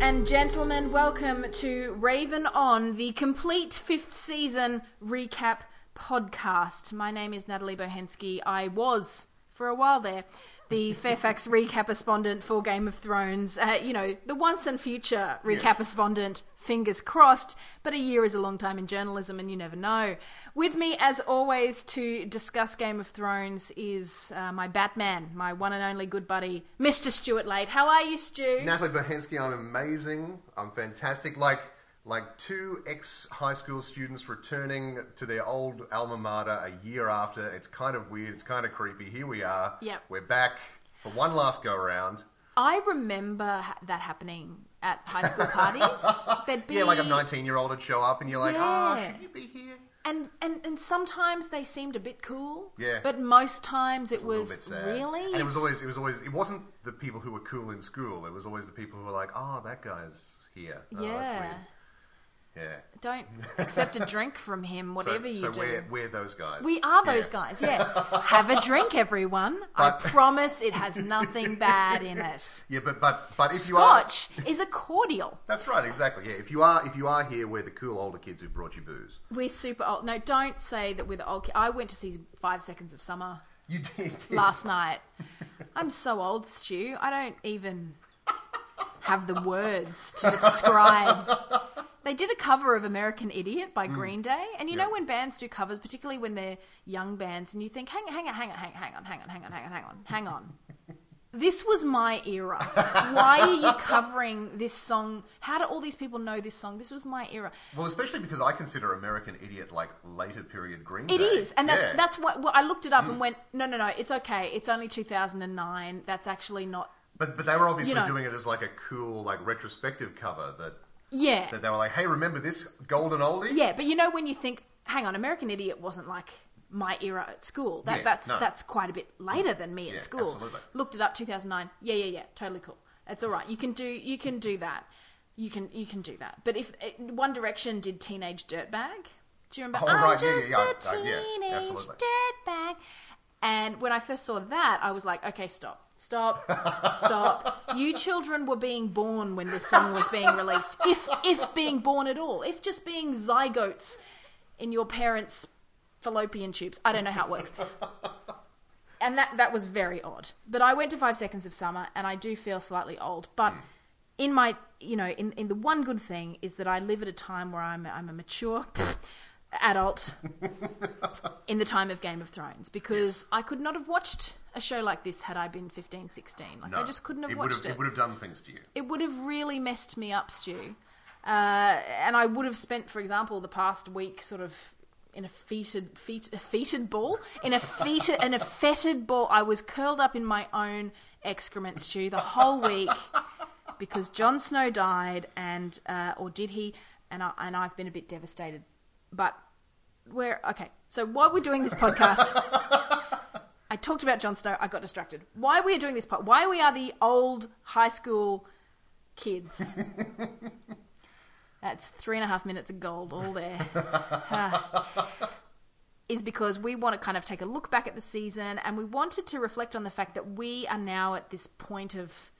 and gentlemen, welcome to Raven On, the complete fifth season recap podcast. My name is Natalie Bohensky. I was, for a while there, the Fairfax recap respondent for Game of Thrones. Uh, you know, the once and future recap respondent, fingers crossed, but a year is a long time in journalism and you never know. With me, as always, to discuss Game of Thrones is uh, my Batman, my one and only good buddy, Mr. Stuart Late. How are you, Stu? Natalie Bohensky, I'm amazing. I'm fantastic. Like like two ex high school students returning to their old alma mater a year after. It's kind of weird. It's kind of creepy. Here we are. Yep. We're back for one last go around. I remember ha- that happening at high school parties. There'd be Yeah, like a 19 year old would show up and you're like, oh, Yeah. should you be here? and, and and sometimes they seemed a bit cool. Yeah. But most times it A little bit was sad. really. And it was always, it was always, it wasn't the people who were cool in school. It was always the people who were like, oh, that guy's here. Oh, yeah. That's weird. Yeah. Don't accept a drink from him, So- whatever you so do. we're, we're those guys. We are those Yeah. guys, yeah. Have a drink, everyone. I But- promise it has nothing bad in it. Yeah, but but but if you are, Scotch is a cordial. That's right, exactly. Yeah, if you are if you are here, we're the cool older kids who brought you booze. We're super old. No, don't say that we're the old. Ki- I went to see Five Seconds of Summer You did. last night. I'm so old, Stu. I don't even have the words to describe. They did a cover of American Idiot by Green Day, and you Hmm. Yeah. know when bands do covers, particularly when they're young bands, and you think, hang on, hang on, hang on, hang on, hang on, hang on, hang on, hang on, hang on, hang on. This was my era. Why are you covering this song? How do all these people know this song? This was my era. Well, especially because I consider American Idiot like later period Green It Day. is, and that's Yeah. Hmm. that's what well, I looked it up and went, no, no, no, it's okay. It's only 2009. That's actually not. But but they were obviously you know. doing it as like a cool like retrospective cover that Yeah, that they were like, hey, remember this golden oldie? yeah. But you know when you think, hang on, American Idiot wasn't like my era at school. That Yeah, that's no. that's quite a bit later than me at Yeah, school. absolutely. Looked it up, 2009. Yeah, yeah, yeah. Totally cool. That's all right. You can do you can do that. You can you can do that. But if eh, One Direction did Teenage Dirtbag, do you remember? Oh, I'm right, yeah, yeah, just yeah, I- I- yeah, a teenage absolutely. dirtbag. And when I first saw that, I was like, okay, stop, stop, stop. you children were being born when this song was being released, if if being born at all, if just being zygotes in your parents' fallopian tubes. I don't know how it works. And that that was very odd. But I went to Five Seconds of Summer, and I do feel slightly old, but. Hmm. In my, you know, in, in the one good thing is that I live at a time where I'm I'm a mature adult in the time of Game of Thrones because I could not have watched a show like this had I been 15, 16. Like, No, I just couldn't have it would watched It would have done things to you. it would have really messed me up, Stu. Uh, and I would have spent, for example, the past week sort of in a fetid, fet, a fetid ball, in a fetid, in a fetid ball. I was curled up in my own excrement, Stu, the whole week because Jon Snow died, and uh, or did he? And I, and I've been a bit devastated, but we're okay. So while we're doing this podcast. I talked about Jon Snow. I got distracted. Why we are doing this? po- Why we are the old high school kids? That's three and a half minutes of gold all there. Is because we want to kind of take a look back at the season, and we wanted to reflect on the fact that we are now at this point of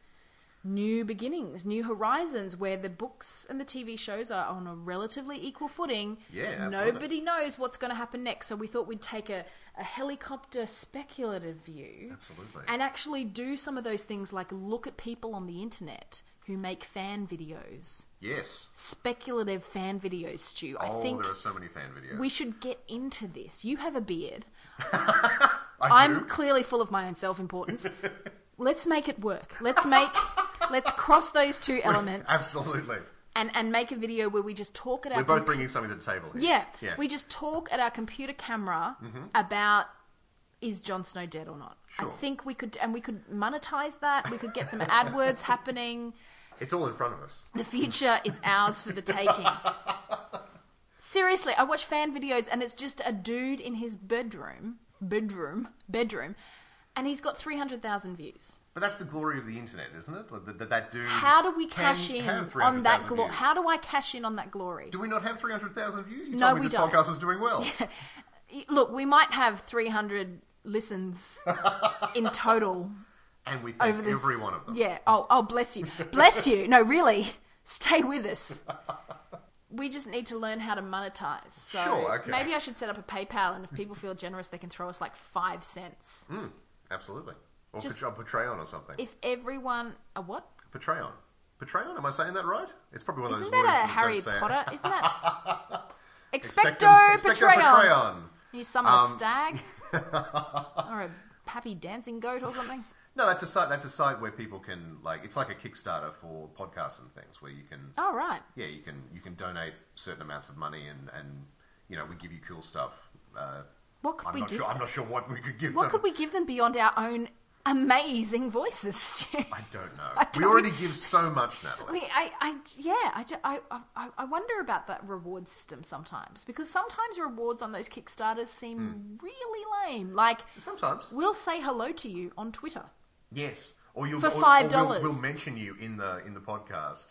new beginnings, new horizons, where the books and the TV shows are on a relatively equal footing. Yeah, absolutely. nobody knows what's going to happen next. So we thought we'd take a, a helicopter speculative view. Absolutely. And actually do some of those things like look at people on the internet who make fan videos. Yes. Speculative fan videos, Stu. I oh, think there are so many fan videos. we should get into this. You have a beard. I I'm do. clearly full of my own self importance. Let's make it work. Let's make let's cross those two elements Absolutely. and, and make a video where we just talk at our We're both bringing something to the table. Here. Yeah. Yeah. Mm-hmm. We just talk at our computer camera about is Jon Snow dead or not. I Sure. think we could, and we could monetize that. We could get some AdWords happening. It's all in front of us. The future is ours for the taking. Seriously, I watch fan videos and it's just a dude in his bedroom, bedroom, bedroom, and he's got 300,000 views. But that's the glory of the internet, isn't it? That- That, that dude. How do we Mm. can cash in have on that 300,000 glory? views. How do I cash in on that glory? Do we not have 300,000 views? You No, told me we this don't. podcast was doing well. Look, we might have 300 listens in total And we over thank this. every one of them. Yeah. Oh, oh, bless you, bless you. No, really, Stay with us. We just need to learn how to monetize. So Sure, okay. maybe I should set up a PayPal, and if people feel generous, they can throw us like five cents. Hmm. Absolutely. Or Just- Patre- Patreon or something. If everyone, a what? Patreon. Patreon, am I saying that right? It's probably one of Isn't those words that a that Harry don't say it. Potter? Isn't that Expecto, Expecto, Patreon? Patreon. You summon Um, a stag or a happy dancing goat or something. No, that's a site. That's a site where people can like. It's like a Kickstarter for podcasts and things, where you can, Oh right, yeah, you can you can donate certain amounts of money, and and you know we give you cool stuff. Uh, what could I'm we not give? sure. I'm not sure what we could give What them. could we give them beyond our own amazing voices? I don't know. I don't- we already give so much, Natalie. We, I, I, yeah, I, ju- I, I, I wonder about that reward system sometimes because sometimes rewards on those Kickstarters seem Hmm. really lame. Like, Sometimes, we'll say hello to you on Twitter. yes. Or you'll For or- or $5. We'll, we'll mention you in the in the podcast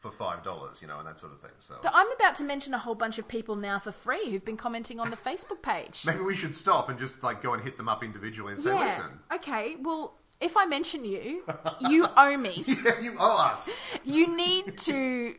for five dollars, you know, and that sort of thing. So But I'm about to mention a whole bunch of people now for free who've been commenting on the Facebook page. maybe we should stop and just like go and hit them up individually and say, yeah. listen, Okay, well, if I mention you, you owe me. you owe us. You need to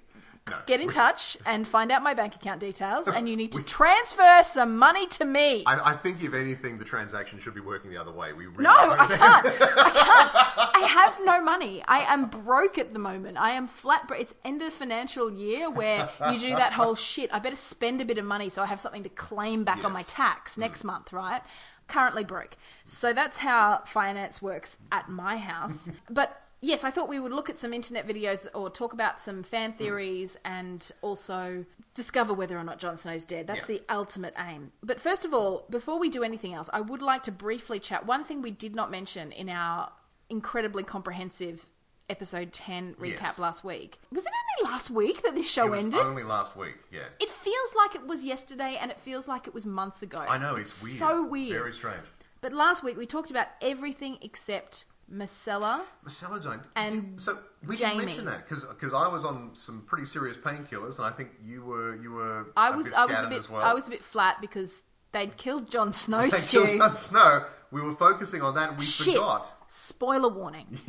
No, get in we- touch and find out my bank account details, and you need to We- transfer some money to me. I, I think if anything, the transaction should be working the other way. We really no, I can't. I can't. I have no money. I am broke at the moment. I am flat. Bro- it's end of financial year where you do that whole shit. I better spend a bit of money so I have something to claim back on my Yes. tax Mm. next month, right? Currently broke. So that's how finance works at my house. but yes, I thought we would look at some internet videos or talk about some Mm. fan theories and also discover whether or not Jon Snow's dead. That's Yeah. the ultimate aim. But first of all, before we do anything else, I would like to briefly chat one thing we did not mention in our incredibly comprehensive episode 10 recap Yes. last week. Was it only last week that this show It was ended? only last week. Yeah, It feels like it was yesterday and it feels like it was months ago. I know it's, weird. So weird. Very strange. But last week we talked about everything except Marcella. Mesalodone. And so we Jamie. didn't mention that because I was on some pretty serious painkillers, and I think you were you were. I a was bit I was a scattered bit as well. I was a bit flat because they'd killed Jon Snow They Stu. killed Jon Snow. We were focusing on that. and We Shit. forgot. Spoiler warning.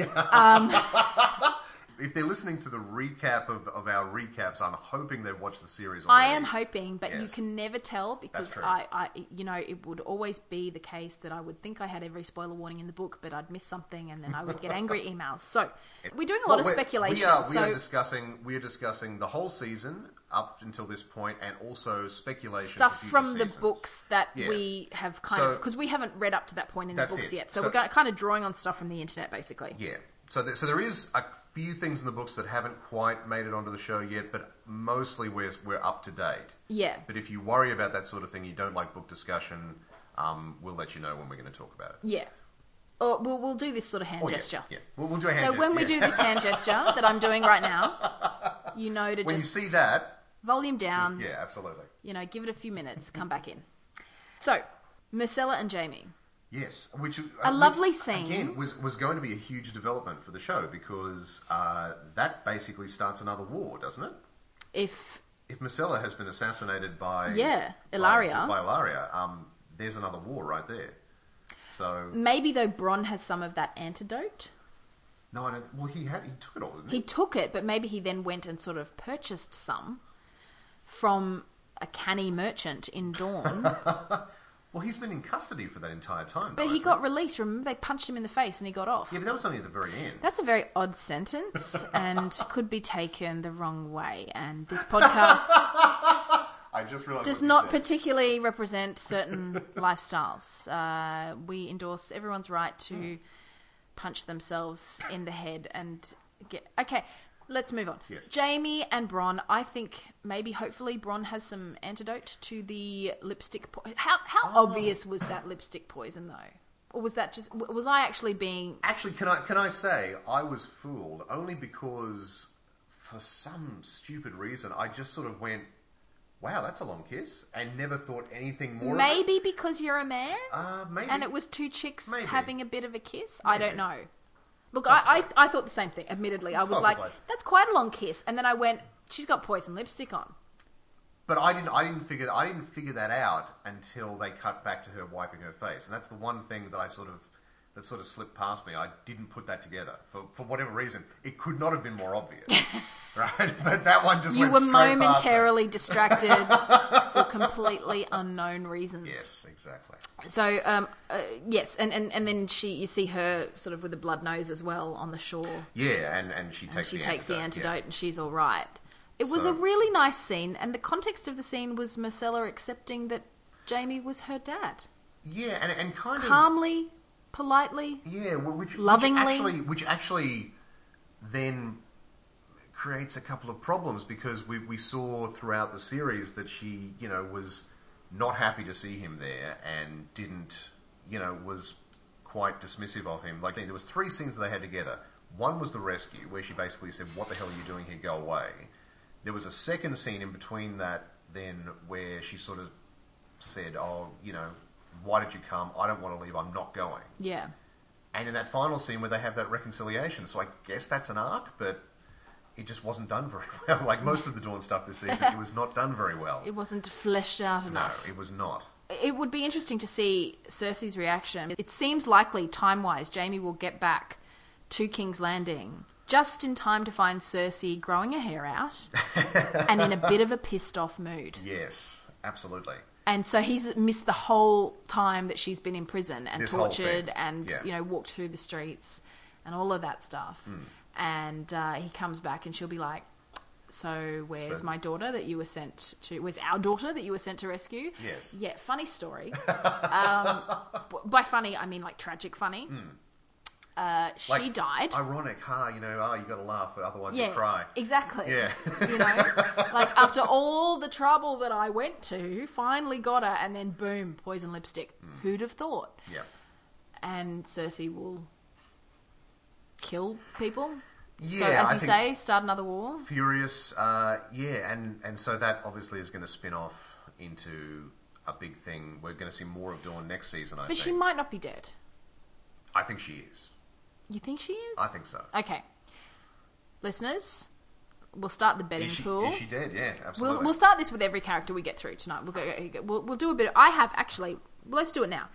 If they're listening to the recap of, of our recaps, I'm hoping they've watched the series I already. am hoping, but you Yes. can never tell because true. I, I, you know, it would always be the case that I would think I had every spoiler warning in the book, but I'd miss something and then I would get angry emails. So we're doing a lot Well, of we're- speculation. We are, we so are discussing we are discussing the whole season up until this point, and also speculation for stuff future from seasons. the books that Yeah. we have kind So- of because we haven't read up to that point in the That's books it. yet. So, So- we're go- kind of drawing on stuff from the internet, basically. Yeah. So there, so there is a few things in the books that haven't quite made it onto the show yet, but mostly we're we're up to date. Yeah. But if you worry about that sort of thing, you don't like book discussion. Um, we'll let you know when we're going to talk about it. Yeah. Or we'll, we'll do this sort of hand Oh, yeah, gesture. Yeah. We'll, we'll do a hand So gesture. when we yeah. do this hand gesture that I'm doing right now, you know to when just um, you see that, volume down. yeah, absolutely. you know, give it a few minutes, come back in. So, Marcella and Jamie. Yes, which a lovely scene. again was was going to be a huge development for the show because uh, that basically starts another war, doesn't it? If If Marcella has been assassinated by Yeah, by- Ilaria. by, Ilaria, um, there's another war right there. So maybe though Bron has some of that antidote, no, I don't, well he had he took it all, didn't he? he took it, but maybe he then went and sort of purchased some from a canny merchant in Dawn. Well, he's been in custody for that entire time. but though, he hasn't got released. Remember, they punched him in the face and he got off. yeah, but that was only at the very end. That's a very odd sentence and could be taken the wrong way. And this podcast I just realized does what you not said. particularly represent certain lifestyles. Uh, we endorse everyone's right to punch themselves in the head and get. Okay, let's move on. Yes. Jamie and Bron, I think maybe hopefully Bron has some antidote to the lipstick. Po- how how Oh. obvious was that lipstick poison though? Or was that just w- was I actually being Actually, can I can I say I was fooled only because for some stupid reason I just sort of went, "Wow, that's a long kiss," and never thought anything more. Of it. maybe because you're a man? Uh, maybe. and it was two chicks Maybe. having a bit of a kiss. I don't know. Look, I, Possibly. I I thought the same thing. Admittedly, I was like, Possibly. "That's quite a long kiss," and then I went, "She's got poison lipstick on." But I didn't. I didn't figure. I didn't figure that out until they cut back to her wiping her face, and that's the one thing that I sort of that sort of slipped past me. I didn't put that together for, for whatever reason. It could not have been more obvious, right? But that one just You went were straight past me. momentarily distracted for completely unknown reasons. Yes, exactly. So, um, uh, yes, and, and, and then she, you see her sort of with a blood nose as well on the shore. Yeah, and, and she takes she the takes the antidote, yeah. antidote and she's all right. It was So- a really nice scene, and the context of the scene was Marcella accepting that Jamie was her dad, Yeah, and, and kind of calmly, politely. Yeah, wh- which Lovingly. which actually, which actually then creates a couple of problems because we we saw throughout the series that she you know was not happy to see him there and didn't you know was quite dismissive of him. Like there was three scenes that they had together. One was the rescue where she basically said, "What the hell are you doing here? Go away." There was a second scene in between that then where she sort of said, "Oh, you know, why did you come? I don't want to leave. I'm not going." Yeah, And in that final scene where they have that reconciliation, so I guess that's an arc, but it just wasn't done very well. Like most of the Dawn stuff this season, it was not done very well. it wasn't fleshed out No, enough. it was not. It would be interesting to see Cersei's reaction. It seems likely, time wise, Jamie will get back to King's Landing just in time to find Cersei growing her hair out and in a bit of a pissed off mood. Yes, absolutely. And so he's missed the whole time that she's been in prison and This whole tortured thing, and, yeah. Hmm. you know, walked through the streets and all of that stuff. And uh, he comes back and she'll be like, so where's So- my daughter that you were sent to? Where's our daughter that you were sent to rescue? Yes. Yeah, funny story. um, b- by funny, I mean like tragic funny. Uh, she Hmm. Like, died. Ironic, huh? You know, ah, you got to laugh, but otherwise yeah, you cry. exactly. Yeah. you know, like after all the trouble that I went to, finally got her, and then boom, poison lipstick. Hmm. Who'd have thought? yeah. And Cersei will kill people. so, Yeah, as I you think- say, start another war. Furious, uh, yeah, and, and so that obviously is going to spin off into a big thing. We're going to see more of Dawn next season, I But think. she might not be dead. I think she is. You think she is? I think so. Okay, listeners, we'll start the betting Is she, pool. is she dead? Yeah, absolutely. We'll, we'll start this with every character we get through tonight. We'll go. We'll, we'll do a bit. Of, I have actually. Let's do it now.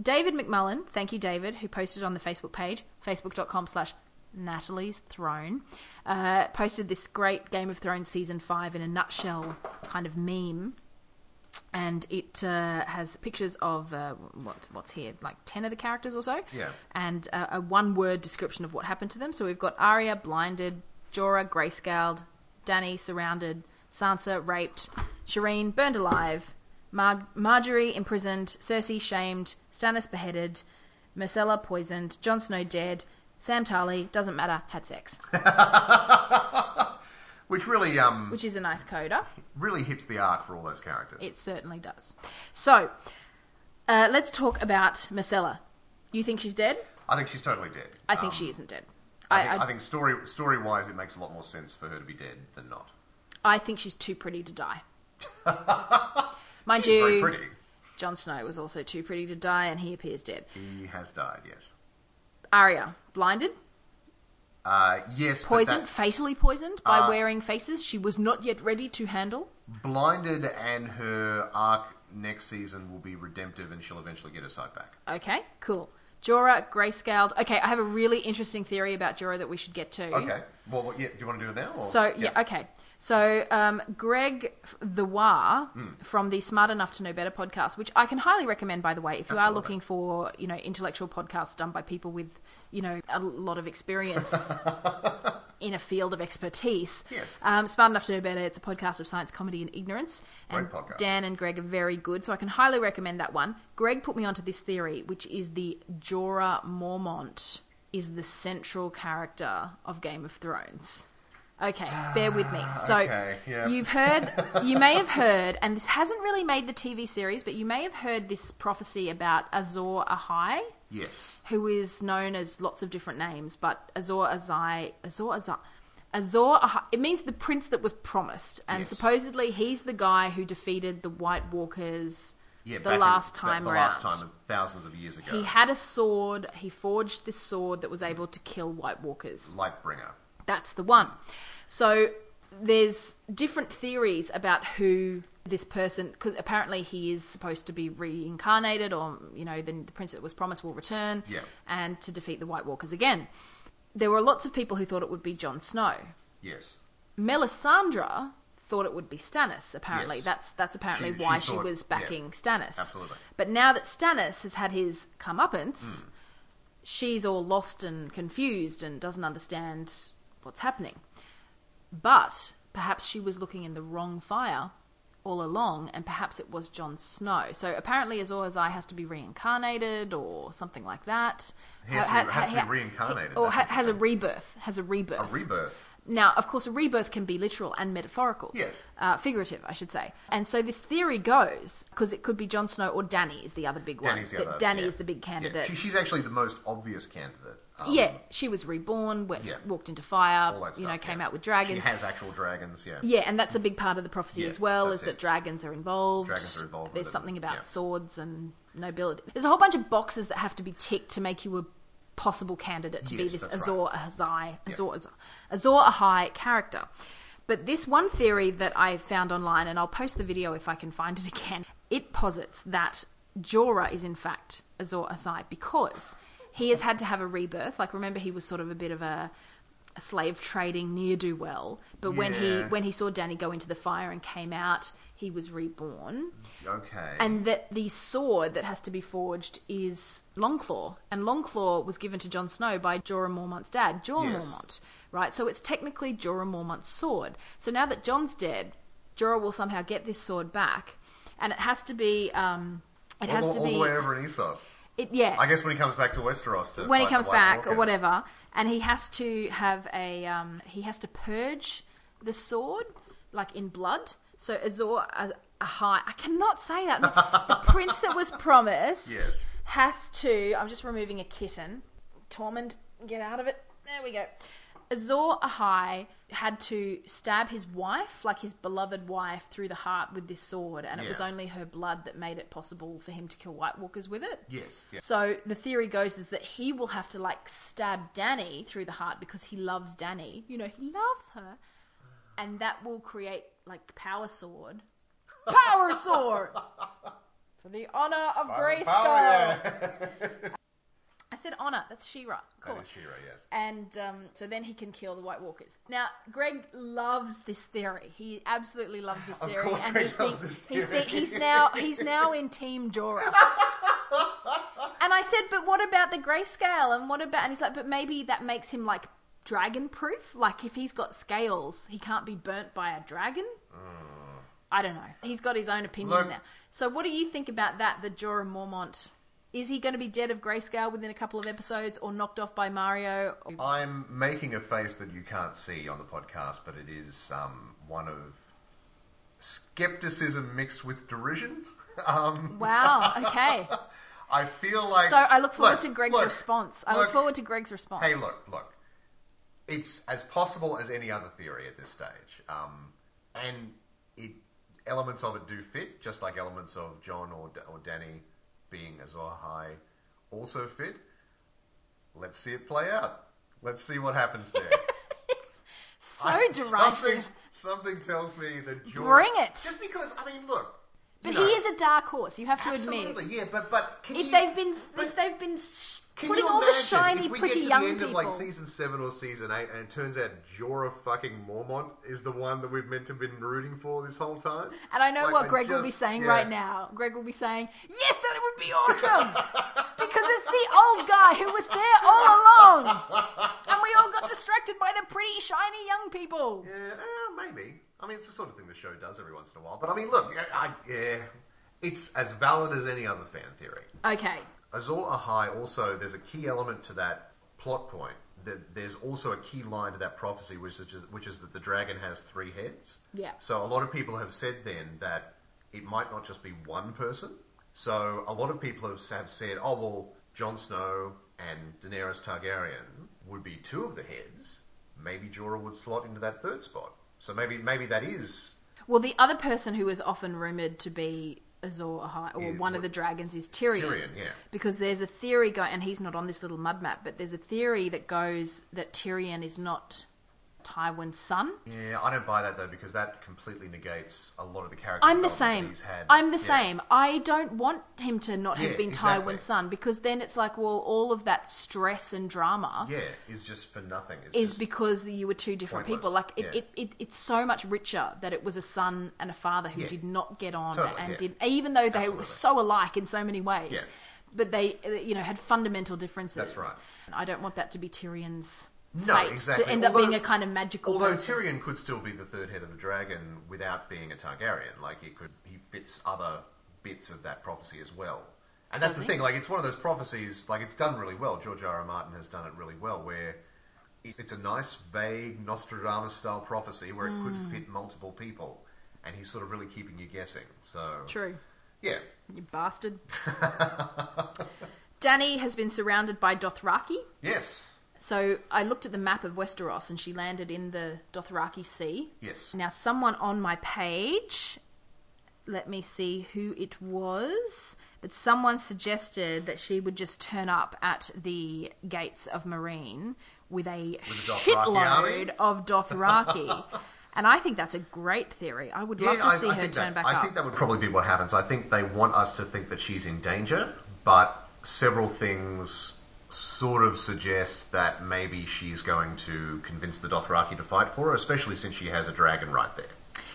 David McMullen, thank you, David, who posted on the Facebook page, facebook.com slash Natalie's Throne, uh, posted this great Game of Thrones season five in a nutshell kind of meme. And it uh, has pictures of uh, what, what's here, like 10 of the characters or so. Yeah. And uh, a one word description of what happened to them. So we've got Arya blinded, Jorah grayscaled, Danny surrounded, Sansa raped, Shireen burned alive, Mar- Marjorie imprisoned, Cersei shamed, Stannis beheaded, Marcella poisoned, Jon Snow dead, Sam Tarly, doesn't matter, had sex. Which really, um, Which is a nice coda. really hits the arc for all those characters. It certainly does. So, uh, let's talk about Marcella. You think she's dead? I think she's totally dead. I think Um, she isn't dead. I, I, think, I, I think story story wise, it makes a lot more sense for her to be dead than not. I think she's too pretty to die. Mind She's very you, pretty. Jon Snow was also too pretty to die, and he appears dead. He has died. Yes. Arya, blinded, Uh, yes. but poisoned, that- fatally poisoned by Uh, wearing faces she was not yet ready to handle. blinded, and her arc next season will be redemptive, and she'll eventually get her sight back. Okay, cool. Jorah, grayscaled. Okay, I have a really interesting theory about Jorah that we should get to. Okay. Well, what- yeah. Do you want to do it now? Or? So yeah, okay. So um, Greg the War Hmm. from the Smart Enough to Know Better podcast, which I can highly recommend, by the way, if you are Absolutely. looking for you know intellectual podcasts done by people with you know a lot of experience in a field of expertise. Yes. Um, Smart Enough to Know Better. It's a podcast of science, comedy, and ignorance. And Great podcast. Dan and Greg are very good, so I can highly recommend that one. Greg put me onto this theory, which is the Jorah Mormont is the central character of Game of Thrones. Okay, bear with me. So Ah, Okay, yeah. you've heard, you may have heard, and this hasn't really made the TV series, but you may have heard this prophecy about Azor Ahai Yes. who is known as lots of different names, but Azor Azai, Azor Azai, Azor, Ahai, it means the prince that was promised, and Yes. supposedly he's the guy who defeated the White Walkers Yeah. the back in- last the- time the, round. last time, thousands of years ago. He had a sword. He forged this sword that was able to kill White Walkers. Lightbringer. That's the one. So there's different theories about who this person because apparently he is supposed to be reincarnated or you know the, the prince that was promised will return Yeah. and to defeat the white walkers again there were lots of people who thought it would be jon snow Yes. melisandre thought it would be stannis apparently Yes. that's that's apparently She- she why she thought- was yeah. backing stannis Absolutely. Hmm. but now that stannis has had his comeuppance she's all lost and confused and doesn't understand what's happening but perhaps she was looking in the wrong fire all along, and perhaps it was Jon Snow. So apparently, Azor Ahai has to be reincarnated or something like that. He has to be- has to be reincarnated, or that's ha- has a rebirth. Has a rebirth. A rebirth. Now, of course, a rebirth can be literal and metaphorical. Yes. Uh, figurative, I should say. And so this theory goes because it could be Jon Snow or Danny is the other big Danny's one. the that other. Danny yeah. is the big Yeah. candidate. She, she's actually the most obvious candidate. Um, Yeah, she was reborn, was, Yeah. walked into fire, all that you know, stuff, came yeah. out with dragons. She has actual dragons. Yeah. Yeah, and that's a big part of the prophecy Yeah, as well, that's is that it. dragons are involved. Dragons are involved with There's it, something about yeah. swords and nobility. There's a whole bunch of boxes that have to be ticked to make you a possible candidate to be Yes, this that's Azor Ahai, Yeah. Azor, Azor, Azor Ahai character. But this one theory that I found online, and I'll post the video if I can find it again, it posits that Jorah is in fact Azor Ahai because he has had to have a rebirth. Like, remember, he was sort of a bit of a, a slave trading near do well, but when he Yeah. when he saw Danny go into the fire and came out, he was reborn. Mm. Okay. And that the sword that has to be forged is Longclaw. And Longclaw was given to Jon Snow by Jorah Mormont's dad, Jorah Yes. Mormont. Right? So it's technically Jorah Mormont's sword. So now that Jon's dead, Jorah will somehow get this sword back. And it has to be. Um, it has all, to all be. the way over in Essos. it, yeah I guess when he comes back to Westeros to when he fight the comes White back or Walkers. whatever, and he has to have a um, he has to purge the sword like in blood. So Azor a, a high I cannot say that the, the prince that was promised Yes. has to. I'm just removing a kitten. Tormund, get out of it. There we go. Azor Ahai had to stab his wife, like his beloved wife, through the heart with this sword, and it was Yeah. only her blood that made it possible for him to kill White Walkers with it. Yes. Yeah. So the theory goes is that he will have to like stab Danny through the heart because he loves Danny. You know, he loves her. And that will create like power sword. Power sword! For the honor of Grayskull. I said honor, that's Shira, of That course. is Shira, yes. And um, so then he can kill the White Walkers. Now, Greg loves this theory. He absolutely loves this Of theory, course and Greg he loves thinks this he theory. thi- he's now he's now in Team Jorah. and I said, but what about the grayscale? And what about? And he's like, but maybe that makes him like dragon proof. Like if he's got scales, he can't be burnt by a dragon. I don't know. He's got his own opinion Look- now. So what do you think about that? The Jorah Mormont. Is he going to be dead of grayscale within a couple of episodes, or knocked off by Mario? I'm making a face that you can't see on the podcast, but it is um, one of skepticism mixed with derision. Um, Wow. Okay. I feel like. So I look forward Look, to Greg's look, response. I look, forward to Greg's response. Hey, look, look. It's as possible as any other theory at this stage, um, and it elements of it do fit, just like elements of John or or Danny being Azor High also fit. Let's see it play out. Let's see what happens there. so I- derisive. Something, something tells me that Jorah, Bring it. Just because I mean, look. but you know, he is a dark horse. You have to absolutely admit. yeah, but but can If you- they've been, but- if they've been sh- can putting you all the imagine shiny, if we pretty get to young the end people. of like season seven or season eight, and it turns out Jorah fucking Mormont is the one that we've meant to have been rooting for this whole time. and I know Like, what I Greg will be just- saying yeah. right now. Greg will be saying, "Yes, that would be awesome," because it's the old guy who was there all along, and we all got distracted by the pretty, shiny young people. Yeah, uh, maybe. I mean, it's the sort of thing the show does every once in a while. But I mean, look, I, I, yeah, it's as valid as any other fan theory. Okay, Azor Ahai also, there's a key element to that plot point. That there's also a key line to that prophecy, which is just, which is that the dragon has three heads. Yeah. So a lot of people have said then that it might not just be one person. So a lot of people have, have said, oh well, Jon Snow and Daenerys Targaryen would be two of the heads. Maybe Jorah would slot into that third spot. So maybe maybe that is Well, the other person who is often rumored to be Azor Ahai, or Yeah, one what- of the dragons, is Tyrion. Tyrion, yeah. Because there's a theory go, and he's not on this little mud map, but there's a theory that goes that Tyrion is not Tywin's son. Yeah, I don't buy that though because that completely negates a lot of the character. I'm the development that same. He's had. I'm the Yeah. same. I don't want him to not have Yeah, been exactly. Tywin's son because then it's like, well, all of that stress and drama Yeah, is just for nothing. It's is just, because you were two different people. Like pointless. it, Yeah. it, it, it's so much richer that it was a son and a father who Yeah. did not get on Totally, and yeah. did, even though they Absolutely. were so alike in so many ways, Yeah. but they, uh, you know, had fundamental differences. That's right. And I don't want that to be Tyrion's No, fate exactly. to end up Although- being a kind of magical. Although person. Tyrion could still be the third head of the dragon without being a Targaryen, like he could, he fits other bits of that prophecy as well. And that's Does the he? thing, like it's one of those prophecies, like it's done really well. George R. R. Martin has done it really well, where it- it's a nice, vague Nostradamus style prophecy where it Hmm. could fit multiple people, and he's sort of really keeping you guessing. So True. yeah, You bastard. Danny has been surrounded by Dothraki. yes, So I looked at the map of Westeros and she landed in the Dothraki Sea. yes. Now, someone on my page, let me see who it was, but someone suggested that she would just turn up at the gates of Marine with a Dothraki army? shitload of Dothraki. and I think that's a great theory. I would love to see her think turn that, back I up. think that would probably be what happens. I think they want us to think that she's in danger, but several things sort of suggest that maybe she's going to convince the Dothraki to fight for her, especially since she has a dragon right there.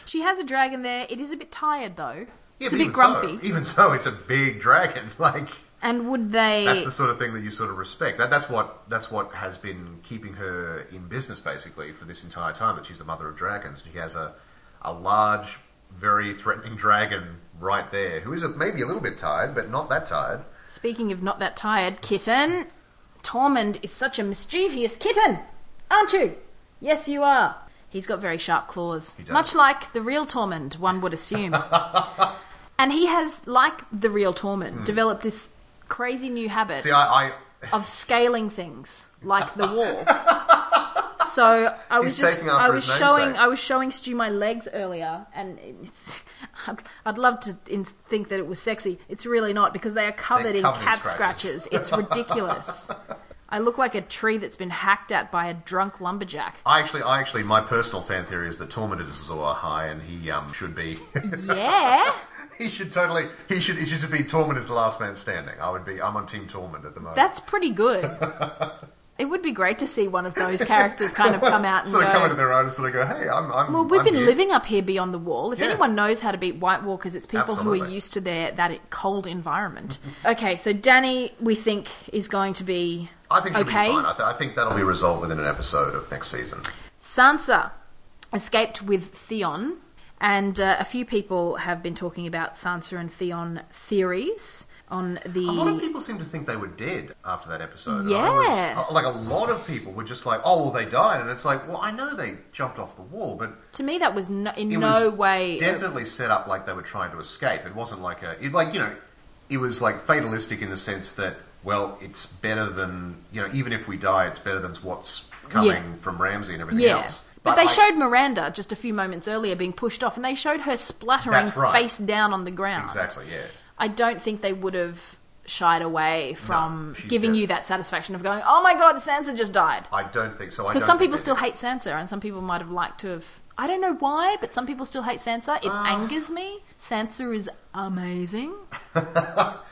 She has a dragon there. It is a bit tired though. Yeah, it's a but bit even grumpy. So, even so, it's a big dragon. Like And would they? that's the sort of thing that you sort of respect. That, that's what that's what has been keeping her in business basically for this entire time. That she's the mother of dragons. She has a a large, very threatening dragon right there, who is a, maybe a little bit tired, but not that tired. Speaking of not that tired, kitten, Tormund is such a mischievous kitten, aren't you? Yes, you are. He's got very sharp claws, does. much like the real Tormund, one would assume. and he has, like the real Tormund, developed this crazy new habit See, I, I of scaling things like the wall. so I was He's just taking after I was his showing namesake. I was showing Stu my legs earlier, and it's, I'd, I'd love to in, think that it was sexy. It's really not because they are covered, covered in in cat scratches. scratches. It's ridiculous. I look like a tree that's been hacked at by a drunk lumberjack. I actually, I actually, my personal fan theory is that Tormund is Azor High, and he um, should be, Yeah. he should totally, he should, he should just be Tormund is the last man standing. I would be, I'm on Team Tormund at the moment. That's pretty good. It would be great to see one of those characters kind of come out and sort of go, come into their own and sort of go, hey, I'm, I'm. Well, we've I'm been here. living up here beyond the wall. If Yeah. anyone knows how to beat White Walkers, it's people who are Absolutely. used to their that cold environment. okay, so Danny, we think is going to be I think she'll okay. be fine. I, th- I think that'll be resolved within an episode of next season. Sansa escaped with Theon, and uh, a few people have been talking about Sansa and Theon theories on A lot of the. people seem to think they were dead after that episode. and Yeah. I was, uh, like a lot of people were just like, "Oh, well, they died," and it's like, "Well, I know they jumped off the wall, but To me, that was no, in it no was way. definitely set up like they were trying to escape. It wasn't like a, it, like you know, it was like fatalistic in the sense that, well, it's better than you know, even if we die, it's better than what's coming from Ramsey and everything yeah. else. But, they like, showed Miranda just a few moments earlier being pushed off, and they showed her splattering That's right. face down on the ground. exactly, yeah. I don't think they would have shied away from she's giving dead. you that satisfaction of going, "Oh my god, Sansa just died." I don't think so. I Because don't some think people they still did. hate Sansa, and some people might have liked to have. I don't know why, but some people still hate Sansa. Ah. It angers me. Sansa is amazing.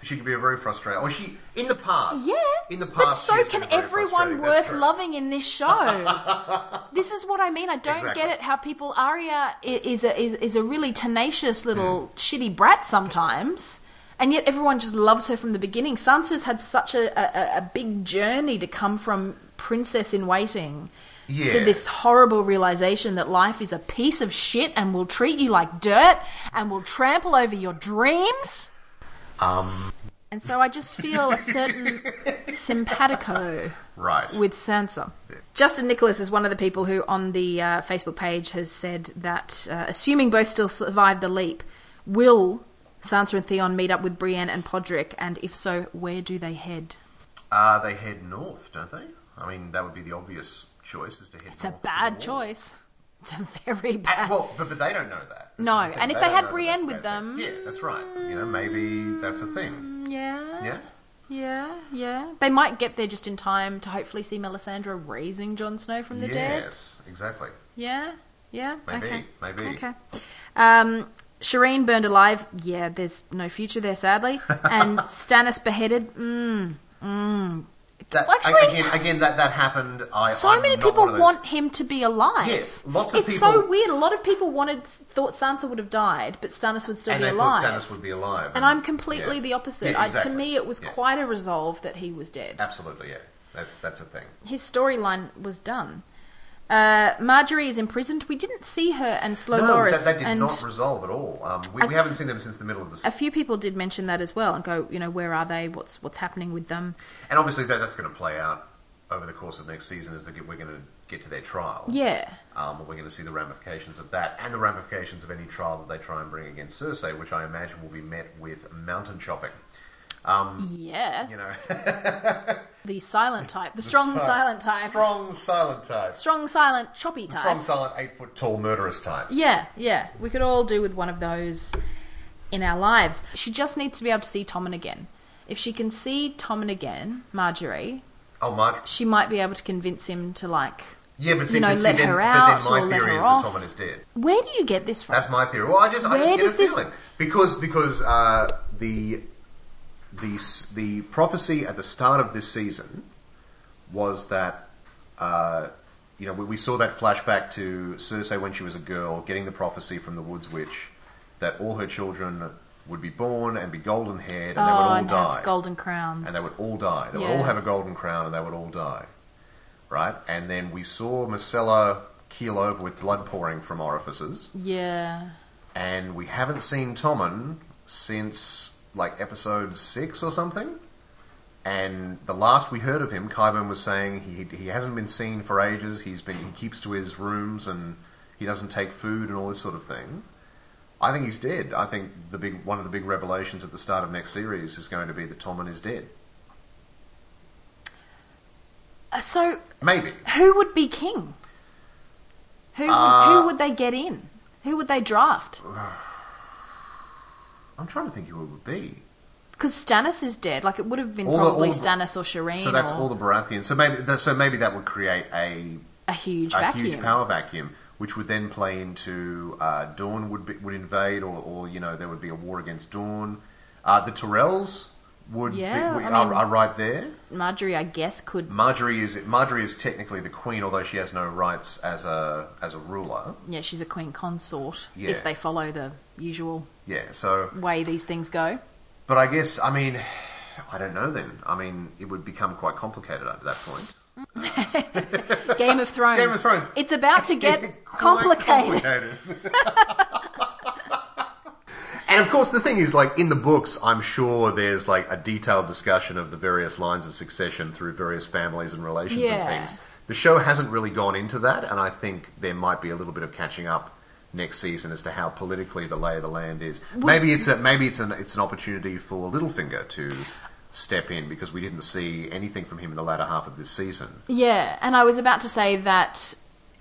She could be a very frustrated. Or she in the past. Yeah, In the past. but so she's been can very everyone frustrating. That's worth true. loving in this show. this is what I mean. I don't Exactly. get it. How people Arya i- is a is, is a really tenacious little Mm. shitty brat sometimes, and yet everyone just loves her from the beginning. Sansa's had such a a, a- a big journey to come from princess in waiting. To Yeah. this horrible realization that life is a piece of shit and will treat you like dirt and will trample over your dreams. Um, And so I just feel a certain simpatico right. with Sansa. Justin Nicholas is one of the people who, on the uh, Facebook page, has said that uh, assuming both still survive the leap, will Sansa and Theon meet up with Brienne and Podrick? And if so, where do they head? uh, they head north, don't they? I mean, that would be the obvious choice is to head It's a north. to bad the wall. choice. It's a very And- bad. well, but, but they don't know that. This No, is the thing. and if they had don't know that Brienne that's with a bad thing. them- Yeah, that's right. You know, maybe that's a thing. yeah. Yeah? Yeah, yeah. They might get there just in time to hopefully see Melisandre raising Jon Snow from the dead. yes, exactly. Yeah, yeah. Maybe, okay. maybe. Okay. Um, Shireen burned alive. Yeah, there's no future there, sadly. And Stannis beheaded. Mm, mm. That, Well, actually- again, again, that that happened. I So I'm many not people one of those- want him to be alive. Yeah, lots of it's so people- weird. A lot of people wanted thought Sansa would have died, but Stannis would still and be they alive. thought Stannis would be alive. and I'm completely yeah. the opposite. Yeah, exactly. I, to me, it was Yeah. quite a resolve that he was dead. absolutely yeah. That's that's a thing. His storyline was done. Uh, Marjorie is imprisoned. We didn't see her and Slow no, Loris, that, that did and not resolve at all. Um, we, I we haven't seen them since the middle of the a few people did mention that as well, and go, you know, where are they? What's what's happening with them? And obviously, that, that's going to play out over the course of next season as they get, we're going to get to their trial. Yeah, Um, we're going to see the ramifications of that and the ramifications of any trial that they try and bring against Cersei, which I imagine will be met with mountain chopping. Um, yes. You know, the silent type, the strong si- silent type, strong, Strong silent type. silent choppy type. Strong silent, eight foot tall murderous type. Yeah, yeah. We could all do with one of those in our lives. She just needs to be able to see Tommen again. If she can see Tommen again, Marjorie, Oh, Mark. she might be able to convince him to like. Yeah, but see, You know, but see, let then, her out but or then my let theory her is off. that Tommen is dead. Where do you get this from? That's my theory. Well, I just, I Where just get does a this- feeling because because uh, the the s- the prophecy at the start of this season was that uh, you know we, we saw that flashback to Cersei when she was a girl getting the prophecy from the Woods Witch that all her children would be born and be golden haired and they would all Oh, and die have golden crowns. and they would all die. They Yeah. would all have a golden crown, and they would all die. Right, and then we saw Marcella keel over with blood pouring from orifices Yeah, and we haven't seen Tommen since like episode six or something. And the last we heard of him, Kyburn was saying he he hasn't been seen for ages. He's been he keeps to his rooms and he doesn't take food and all this sort of thing. I think he's dead. I think the big one of the big revelations at the start of next series is going to be that Tommen is dead. Uh, so Maybe who would be king? Who would, Uh, who would they get in? Who would they draft? I'm trying to think who it would be. Because Stannis is dead. Like it would have been All the- all probably the- Stannis or Shireen. So that's or all the Baratheon. So maybe so maybe that would create a a huge a vacuum. huge power vacuum, which would then play into uh, Dawn would be, would invade, or, or you know there would be a war against Dawn. Uh, the Tyrells would Yeah, be, we, I are, mean- are right there. Marjorie, I guess, could. Marjorie is Marjorie is technically the queen, although she has no rights as a as a ruler. Yeah, she's a queen consort. Yeah. If they follow the usual Yeah, so way these things go. but I guess I mean I don't know. Then I mean it would become quite complicated at that point. Game of Thrones. Game of Thrones. It's about to get Quite complicated. complicated. and of course, the thing is, like in the books, I'm sure there's like a detailed discussion of the various lines of succession through various families and relations Yeah. and things. The show hasn't really gone into that, and I think there might be a little bit of catching up next season as to how politically the lay of the land is. maybe it's a, maybe it's an it's an opportunity for Littlefinger to step in because we didn't see anything from him in the latter half of this season. Yeah, and I was about to say that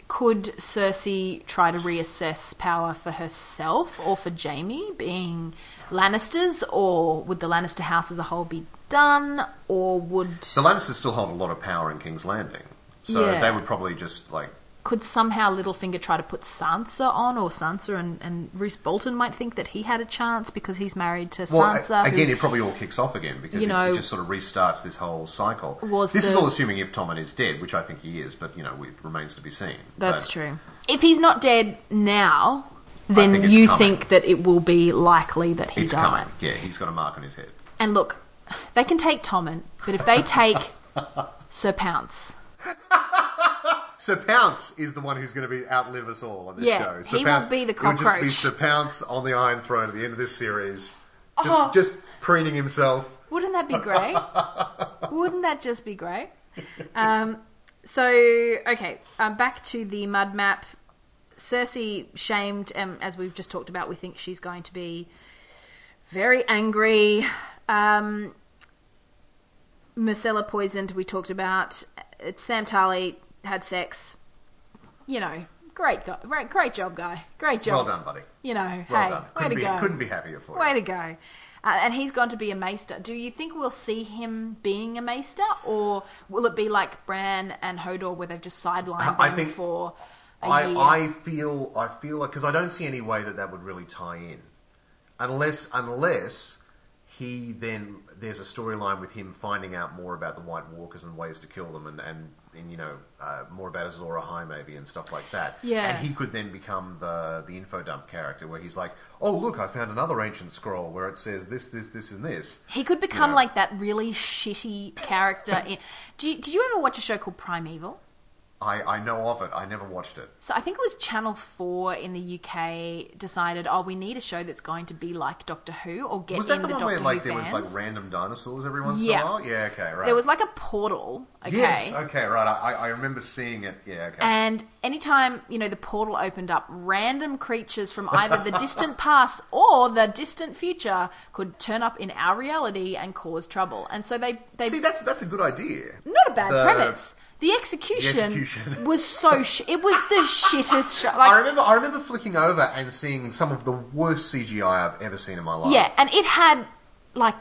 could Cersei try to reassess power for herself or for Jamie being Lannisters, or would the Lannister house as a whole be done, or would The Lannisters still hold a lot of power in King's Landing, so Yeah. they would probably just like could somehow Littlefinger try to put Sansa on, or Sansa and, and Roose Bolton might think that he had a chance because he's married to well a- Sansa. who- again. It probably all kicks off again because You it- it, know, just sort of restarts this whole cycle. was this is the- all assuming if Tommen is dead, which I think he is, but you know it remains to be seen. That's But- true. If he's not dead now, then think it's you coming. think that it will be likely that he It's died. coming. Yeah, he's got a mark on his head. And look, they can take Tommen, but if they take Sir Pounce, Sir Pounce is the one who's going to be outlive us all on this Yeah, show. Sir he will Pounce, be the it would just be cockroach. Sir Pounce on the Iron Throne at the end of this series, just, Oh. just preening himself. wouldn't that be great? wouldn't that just be great? Um, so, okay, um, back to the mud map. Cersei shamed, um, as we've just talked about, we think she's going to be very angry. Um, Marcella poisoned, we talked about. Uh, Sam Tarly had sex. You know, great, go- great, great job, guy. Great job. Well done, buddy. you know, Well hey, done. way Couldn't to be, go. couldn't be happier for you. way to go. Uh, and he's going to be a maester. Do you think we'll see him being a maester, or will it be like Bran and Hodor, where they've just sidelined I them think- for a I, year? I feel I feel like because I don't see any way that that would really tie in, unless unless he then there's a storyline with him finding out more about the White Walkers and ways to kill them and and, and you know uh, more about Azor Ahai maybe and stuff like that. Yeah. and he could then become the the info dump character where he's like, oh look, I found another ancient scroll where it says this, this, this, and this. He could become Yeah. like that really shitty character. in... Do you, did you ever watch a show called Primeval? I I know of it. I never watched it. So I think it was Channel 4 in the UK decided, oh, we need a show that's going to be like Doctor Who or get Was in that the, the, one Doctor where like Who there was fans. like random dinosaurs every once Yeah. in a while? Yeah, okay, right. There was like a portal, okay? Yes. Okay. Right. I, I- I remember seeing it. Yeah. Okay. And anytime, you know, the portal opened up, random creatures from either the distant past or the distant future could turn up in our reality and cause trouble. And so they, they See, that's that's a good idea. not a bad The- premise. The execution, execution. was so sh- it was the shittest show. I Like, remember. I remember flicking over and seeing some of the worst CGI I've ever seen in my life. Yeah, and it had like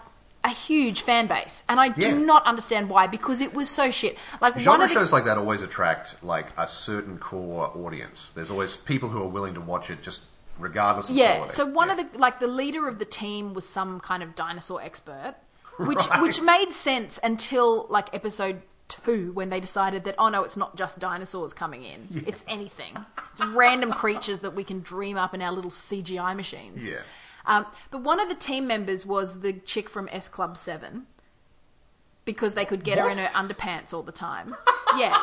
a huge fan base, and I do Yeah. not understand why because it was so shit. Like one Genre of the, shows like that always attract like a certain core audience. There's always people who are willing to watch it just regardless of yeah. quality. So one Yeah. of the like the leader of the team was some kind of dinosaur expert, which Right. which made sense until like episode two when they decided that oh no, it's not just dinosaurs coming in, it's anything, it's random creatures that we can dream up in our little CGI machines. Yeah. Um, but one of the team members was the chick from S Club 7 because they could get her What? in her underpants all the time. Yeah.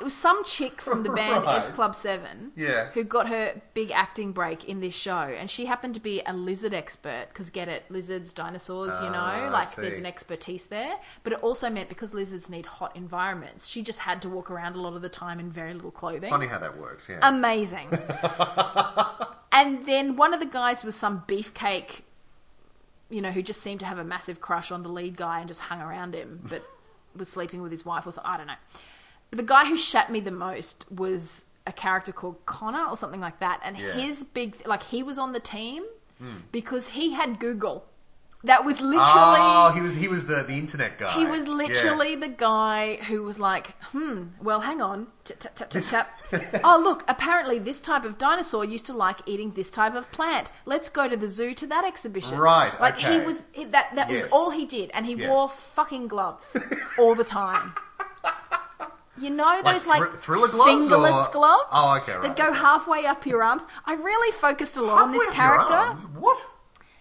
It was some chick from the band Right. S Club 7 Yeah. who got her big acting break in this show. And she happened to be a lizard expert because, get it, lizards, dinosaurs, you Ah, I know, like there's see. an expertise there. But it also meant because lizards need hot environments, she just had to walk around a lot of the time in very little clothing funny how that works. Um, Yeah. amazing. and then one of the guys was some beefcake, you know, who just seemed to have a massive crush on the lead guy and just hung around him, but was sleeping with his wife or so. I don't know. The guy who shat me the most was a character called Connor or something like that, and Yeah. Hmm. his big like he was on the team because he had Google. That was literally oh, he was he was the the internet guy. he was Yeah. literally the guy who was like, hmm, well, hang on. Tap, tap, tap, tap, tap. oh, look, apparently this type of dinosaur used to like eating this type of plant. Let's go to the zoo to that exhibition. Right, Like, okay. he was, he- that, that Yes. was all he did. And he Yeah. wore fucking gloves all the time. You know those thr- like, thriller gloves fingerless or- gloves Oh, okay, right, that go okay. halfway up your arms. I really focused a lot on Halfway this up your character. arms? What?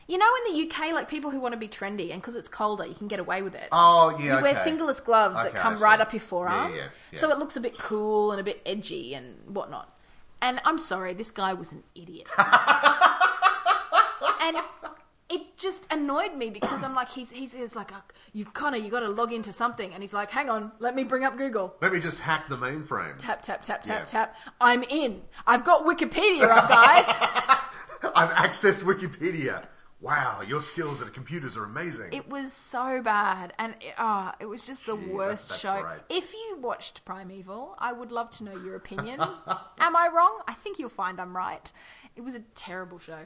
You know, in the UK, like people who want to be trendy, and because it's colder, you can get away with it. Oh, yeah. You wear okay. fingerless gloves Okay, that I come see. right up your forearm. Yeah, yeah, yeah. So it looks a bit cool and a bit edgy and whatnot. And I'm sorry, this guy was an idiot. and it just annoyed me because I'm like, he's, he's, he's like, "Oh, you Connor, you got to log into something. And he's like, hang on, let me bring up Google. Let me just hack the mainframe. Tap, tap, tap, tap, Yeah. tap. I'm in. I've got Wikipedia up, guys. I've accessed Wikipedia. Wow, your skills at computers are amazing. It was so bad, and it, ah, it was just the Jeez, worst that's- that's show. great. If you watched Primeval, I would love to know your opinion. Am I wrong? I think you'll find I'm right. It was a terrible show.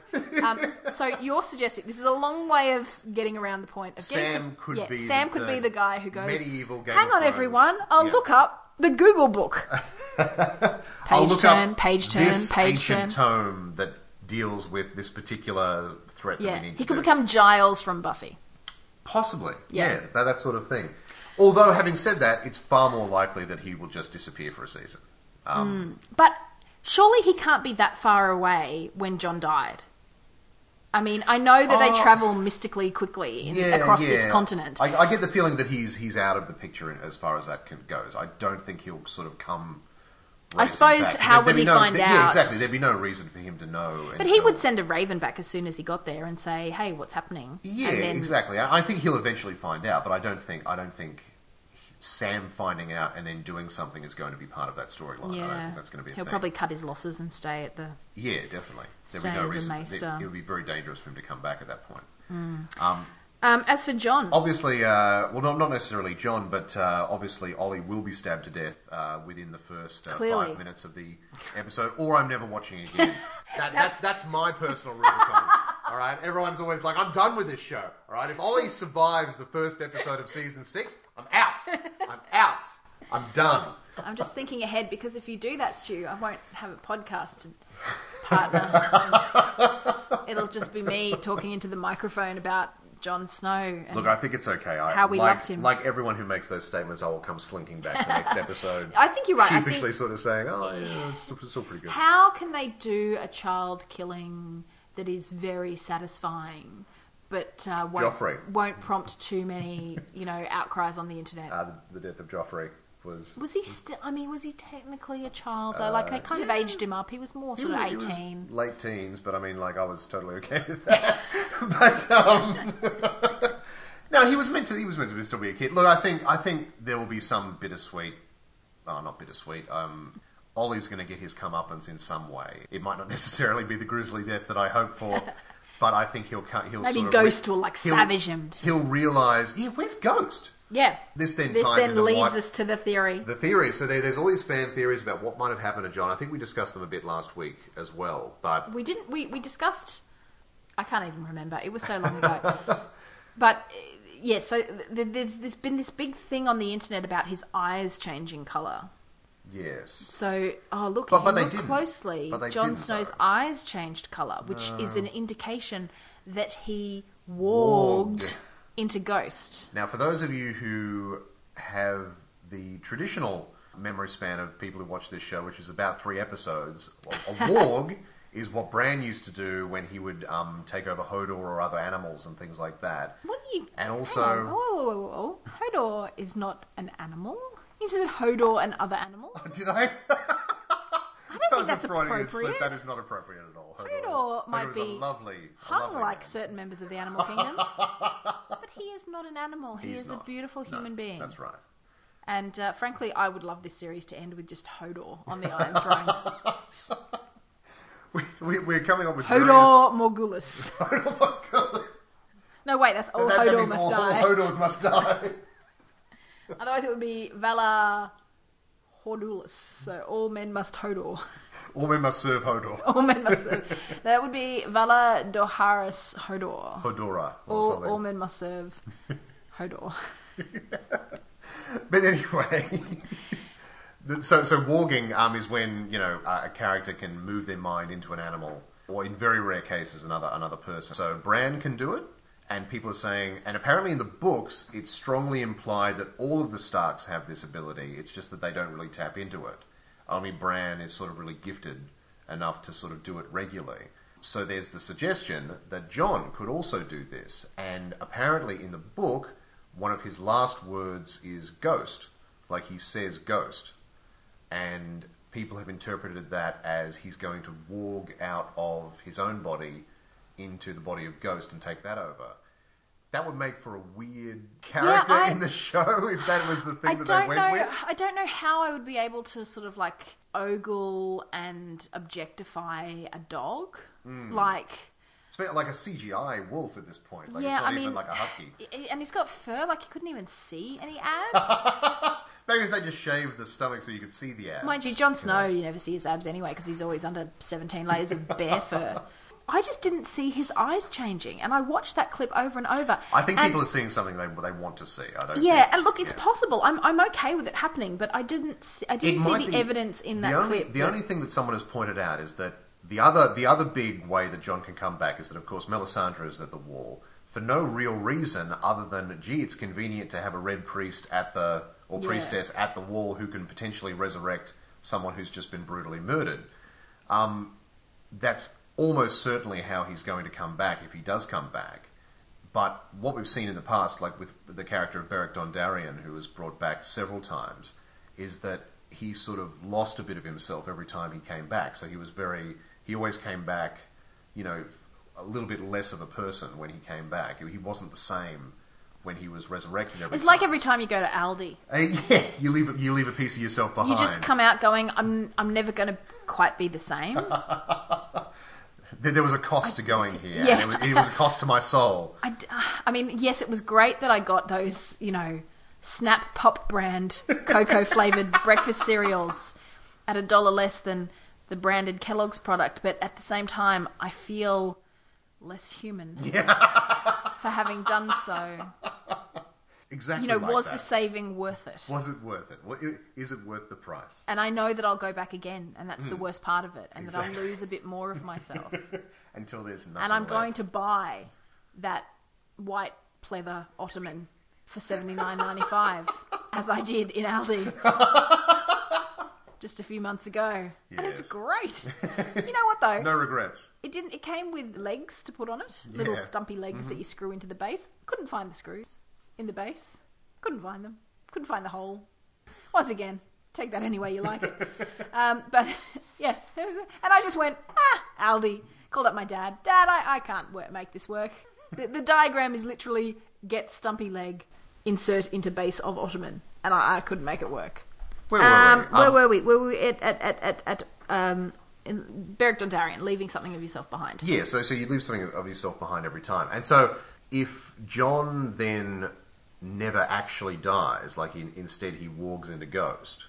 Um, so you're suggesting this is a long way of getting around the point of getting Sam some- could yeah, be Sam the- could the be the guy who goes, medieval Game "Hang of on, Thrones." everyone, I'll Yeah. look up the Google book." I'll page look turn, up page turn, this page ancient turn. tome that deals with this particular threat Yeah, that we need he to could do. become Giles from Buffy. possibly, yeah, Yeah. that, that sort of thing. Although, having said that, it's far more likely that he will just disappear for a season. But surely he can't be that far away when John died. I mean, I know that they Oh. travel mystically quickly in, Yeah, across this yeah. continent. I, I get the feeling that he's he's out of the picture in- as far as that can, goes. I don't think he'll sort of come. I racing suppose, back. 'Cause how there'd would be he no- find Yeah, out? exactly. There'd be no reason for him to know. but he until- would send a raven back as soon as he got there and say, "Hey, what's happening?" Yeah, and then, exactly. I I think he'll eventually find out, but I don't think I don't think Sam finding out and then doing something is going to be part of that storyline. I don't Yeah, think that's going to be a he'll thing. probably cut his losses and stay at the. yeah, definitely. There'd stay be no as a reason. maester. Hmm. It, it'll be very dangerous for him to come back at that point. Um, Um, as for John, Oh. obviously, uh, well, not, not necessarily John, but uh, obviously Ollie will be stabbed to death uh, within the first uh, Clearly. five minutes of the episode, or I'm never watching again. that, that's that's my personal rule of thumb. All right, everyone's always like, "I'm done with this show." All right, if Ollie survives the first episode of season six, I'm out. I'm out. I'm done. I'm just thinking ahead because if you do that, Stu, I won't have a podcast to partner. It'll just be me talking into the microphone about Jon Snow. And Look, I think it's okay. I, How we like, loved him. Like everyone who makes those statements, I will come slinking back the next episode. I think you're right. I Sheepishly think, sort of saying, "Oh, yeah, it's still, it's still pretty good." how can they do a child killing that is very satisfying, but uh, won't, Joffrey. won't prompt too many, you know, outcries on the internet? Uh, the, the death of Joffrey was. was he still? I mean, was he technically a child though? like they kind of aged him up. He was more Uh, he sort of was- he was eighteen. late teens, but I mean, like, I was totally okay with that. but um, no, he was meant to. He was meant to still be a kid. Look, I think, I think there will be some bittersweet. Oh, not bittersweet. Um, Ollie's going to get his comeuppance in some way. It might not necessarily be the grisly death that I hope for, but I think he'll cut. He'll Maybe sort of Ghost will like he'll- savage him. To, He'll realize, yeah, where's Ghost? yeah. This then This ties into then leads what- us to the theory. the theories. So there, there's all these fan theories about what might have happened to John. I think we discussed them a bit last week as well. But we didn't we, we discussed i can't even remember it was so long ago but uh, yeah so th- th- there's, there's been this big thing on the internet about his eyes changing color yes, so oh look But- if but you they look didn't. closely But they Jon didn't, snow's though. Ah. eyes changed color which is an indication that he warged Warged. into ghost Now, for those of you who have the traditional memory span of people who watch this show, which is about three episodes, a a warg is what Bran used to do when he would um, take over Hodor or other animals and things like that. what are you And hang also- on. whoa, whoa, whoa, whoa. hodor is not an animal you said hodor and other animals i Did I? don't think that's Freudian slip. appropriate That is not appropriate at all. Hodor, Hodor is, might Hodor is a be lovely, a hung lovely like man. certain members of the animal kingdom. but he is not an animal. He He's is not. a beautiful No, human being. That's right. And uh, frankly, I would love this series to end with just Hodor on the Iron Throne. We, we, we're coming up with various- Hodor Morgulis. No, wait, that's all That, that Oh, Hodor means must all, all die. Hodors must die. Otherwise, it would be Valar Hordulis. So all men must Hodor. All men must serve Hodor. All men must. serve. that would be Valar Doharis Hodor. Hodora or All, something. all men must serve Hodor. But anyway, the- so so warging um, is when you know a a character can move their mind into an animal, or in very rare cases another another person. So Bran can do it, and people are saying, and apparently in the books, it's strongly implied that all of the Starks have this ability. It's just that they don't really tap into it. Only Bran is sort of really gifted enough to sort of do it regularly. So there's the suggestion that John could also do this, and apparently in the book, one of his last words is ghost. Like he says ghost. And people have interpreted that as he's going to warg out of his own body into the body of ghost and take that over. That would make for a weird character I- in the show if that was the thing I that don't they went know. with. I don't know how I would be able to sort of like ogle and objectify a dog. Hmm. Like, It's a bit like a CGI wolf at this point. Like yeah, it's not I mean, even like a husky. I- and he's got fur. Like you couldn't even see any abs. Maybe if they just shaved the stomach so you could see the abs. Mind you, Jon Snow, you never see his abs anyway because he's always under seventeen layers of bear fur. I just didn't see his eyes changing, and I watched that clip over and over. I think And- people are seeing something they, they want to see. I don't Yeah, think- and look, it's yeah. possible. I'm I'm okay with it happening, but I didn't see, I didn't see might the be- evidence in that the only, clip. The that- only thing that someone has pointed out is that the other the other big way that John can come back is that of course Melisandre is at the wall for no real reason other than gee it's convenient to have a red priest at the or Yeah. priestess at the wall who can potentially resurrect someone who's just been brutally murdered. Um, that's almost certainly how he's going to come back if he does come back. But what we've seen in the past, like with the character of Beric Dondarrion, who was brought back several times, is that he sort of lost a bit of himself every time he came back. So he was very, he always came back, you know, a little bit less of a person when he came back. He wasn't the same when he was resurrected. Every It's like time. every time you go to Aldi, Uh, yeah, you leave you leave a piece of yourself behind. you just come out going, "I'm I'm never going to quite be the same." there, there was a cost to going here. Yeah. and It, was, it was a cost to my soul. I, d- I mean, yes, it was great that I got those, you know, Snap Pop brand cocoa flavored breakfast cereals at a dollar less than the branded Kellogg's product, but at the same time, I feel less human for having done so. Exactly. You know, like was that. the saving worth it? Was it worth it? Wa- i- Is it worth the price? And I know that I'll go back again, and that's the worst part of it, and that Hmm. Exactly. I'll lose a bit more of myself. Until there's nothing. and I'm left. going to buy that white pleather ottoman for seventy nine ninety five, as I did in Aldi just a few months ago, and it's Yes. great. you know what though? No regrets. It didn't. It came with legs to put on it, little Yeah. Mm-hmm. stumpy legs that you screw into the base. Couldn't find the screws in the base. Couldn't find them. Couldn't find the hole. Once again, take that any way you like it. um, but yeah, and I just went ah Aldi. Called up my dad. Dad, I, I can't work, make this work. The, the diagram is literally get stumpy leg, insert into base of ottoman, and I, I couldn't make it work. Where Um, were we? where Um, were we? Were we at at at at, at um, in Beric Dondarrion, leaving something of yourself behind? Yeah, so so you leave something of yourself behind every time, and so if John then never actually dies, like he, instead he wargs into ghost,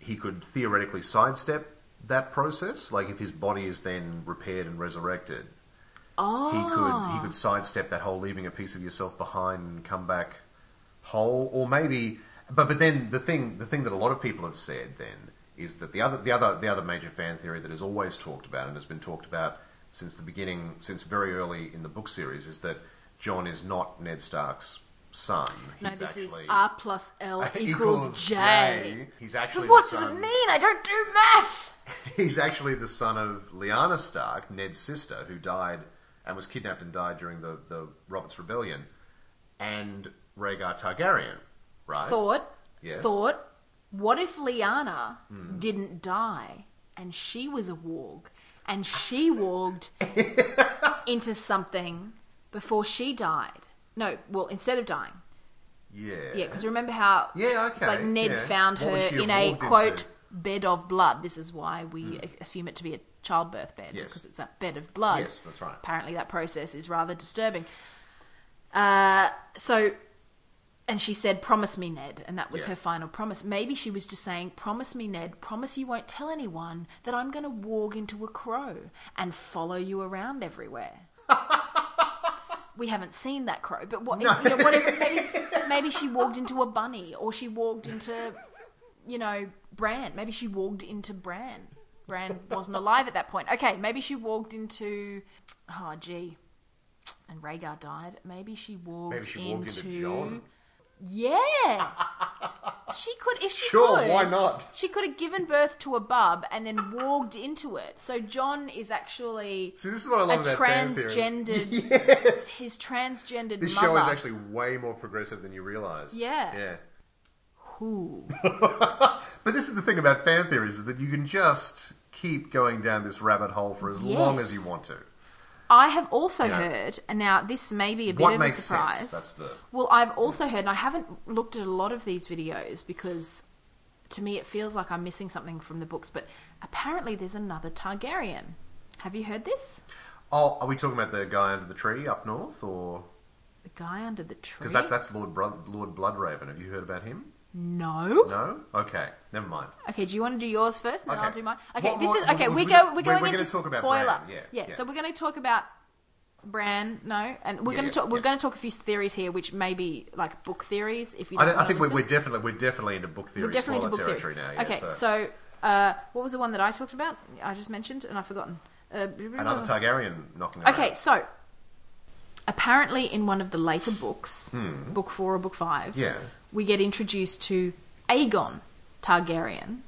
he could theoretically sidestep that process. Like if his body is then repaired and resurrected, Oh, he could he could sidestep that whole leaving a piece of yourself behind and come back whole, or maybe. But but then the thing the thing that a lot of people have said then is that the other the other the other major fan theory that is always talked about and has been talked about since the beginning, since very early in the book series, is that John is not Ned Stark's son. no, He's this is actually- R plus L equals J. He's actually But what the does it son, mean? I don't do maths. He's actually the son of Lyanna Stark, Ned's sister, who died and was kidnapped and died during the, the Robert's Rebellion, and Rhaegar Targaryen, right? Thought, Yes. thought. What if Liana didn't die and she was a warg and she warged into something before she died? No, well, instead of dying, Yeah. Yeah, because remember how Yeah, okay, it's like Ned yeah. found What would her she have in a walked quote into? Hmm. bed of blood. This is why we assume it to be a childbirth bed Yes. because it's a bed of blood. Yes, that's right. Apparently, that process is rather disturbing. Uh, so, and she said, "Promise me, Ned," and that was Yeah. her final promise. Maybe she was just saying, "Promise me, Ned. Promise you won't tell anyone that I'm going to walk into a crow and follow you around everywhere." we haven't seen that crow, but what, you know, whatever, maybe, maybe she walked into a bunny or she walked into, you know, Bran. Maybe she walked into Bran. Bran wasn't alive at that point. Okay, maybe she walked into, oh, gee, and Rhaegar died. Maybe she walked Maybe she into, walked into John. yeah. She could, if she Sure, could. why not? She could have given birth to a bub and then walked into it. So John is actually See, this is what I a love about fan theories. transgendered. His transgendered This mother. show is actually way more progressive than you realise. Yeah. Yeah. Who? But this is the thing about fan theories is that you can just keep going down this rabbit hole for as long as you Yes. want to. I have also Yeah. heard, and now this may be a bit What of makes a sense? surprise. That's the- Well, I've also heard, and I haven't looked at a lot of these videos because to me it feels like I'm missing something from the books. But apparently, there's another Targaryen. Have you heard this? Oh, are we talking about the guy under the tree up north, or The guy under the tree. because that's that's Lord Bro- Lord Bloodraven? Have you heard about him? No. No. Okay. Never mind. Okay, do you want to do yours first, and then Okay. I'll do mine? Okay, What- this what- is okay. we- We, we- go. we- We're going we're into gonna talk about spoiler. Bran, yeah, yeah. So we're going to talk about Bran. No, and we're going Yeah, to yeah, talk. We're yeah. going to talk a few theories here, which may be like book theories. If you, don't I, th- I wanna think we're, listen. we're definitely we're definitely into book theory We're definitely into spoiler book theories. territory now. Yeah, okay, so, uh, what was the one that I talked about? I just mentioned, and I've forgotten. Uh, another Targaryen knocking. Okay, around. so apparently in one of the later books, book four or book five, Hmm. Yeah. we get introduced to Aegon Targaryen,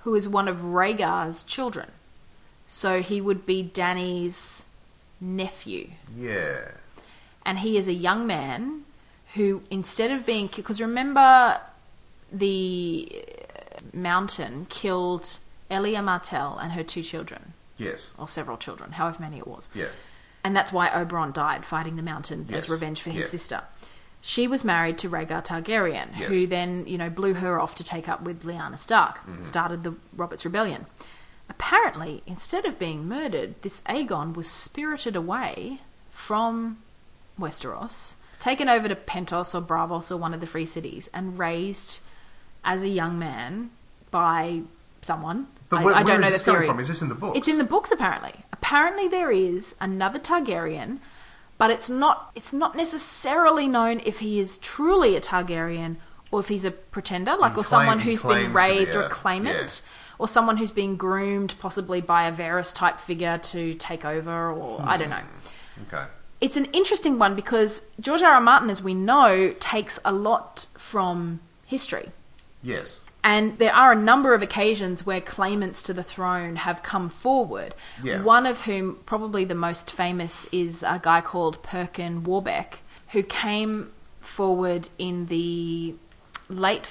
who is one of Rhaegar's children. So he would be Danny's nephew Yeah. and he is a young man who instead of being because remember the uh, mountain killed Elia Martell and her two children Yes. or several children however many it was Yeah. and that's why Oberon died fighting the mountain Yes. as revenge for his Yeah. sister she was married to Rhaegar Targaryen Yes. Mm-hmm. who then you know blew her off to take up with Lyanna Stark started the Robert's rebellion apparently instead of being murdered this Aegon was spirited away from Westeros, taken over to Pentos or Bravos or one of the free cities, and raised as a young man by someone But I, where, I don't where is know this the coming theory. from? Is this in the book? It's in the books apparently. Apparently there is another Targaryen, but it's not it's not necessarily known if he is truly a Targaryen or if he's a pretender, like or claim- someone he who's claims been to be raised or a- a claimant. Or someone who's being groomed, possibly by a Varys type figure to take over, or I don't know. Hmm. Okay. It's an interesting one because George R. R. Martin, as we know, takes a lot from history. Yes. And there are a number of occasions where claimants to the throne have come forward. Yeah. One of whom, probably the most famous, is a guy called Perkin Warbeck, who came forward in the late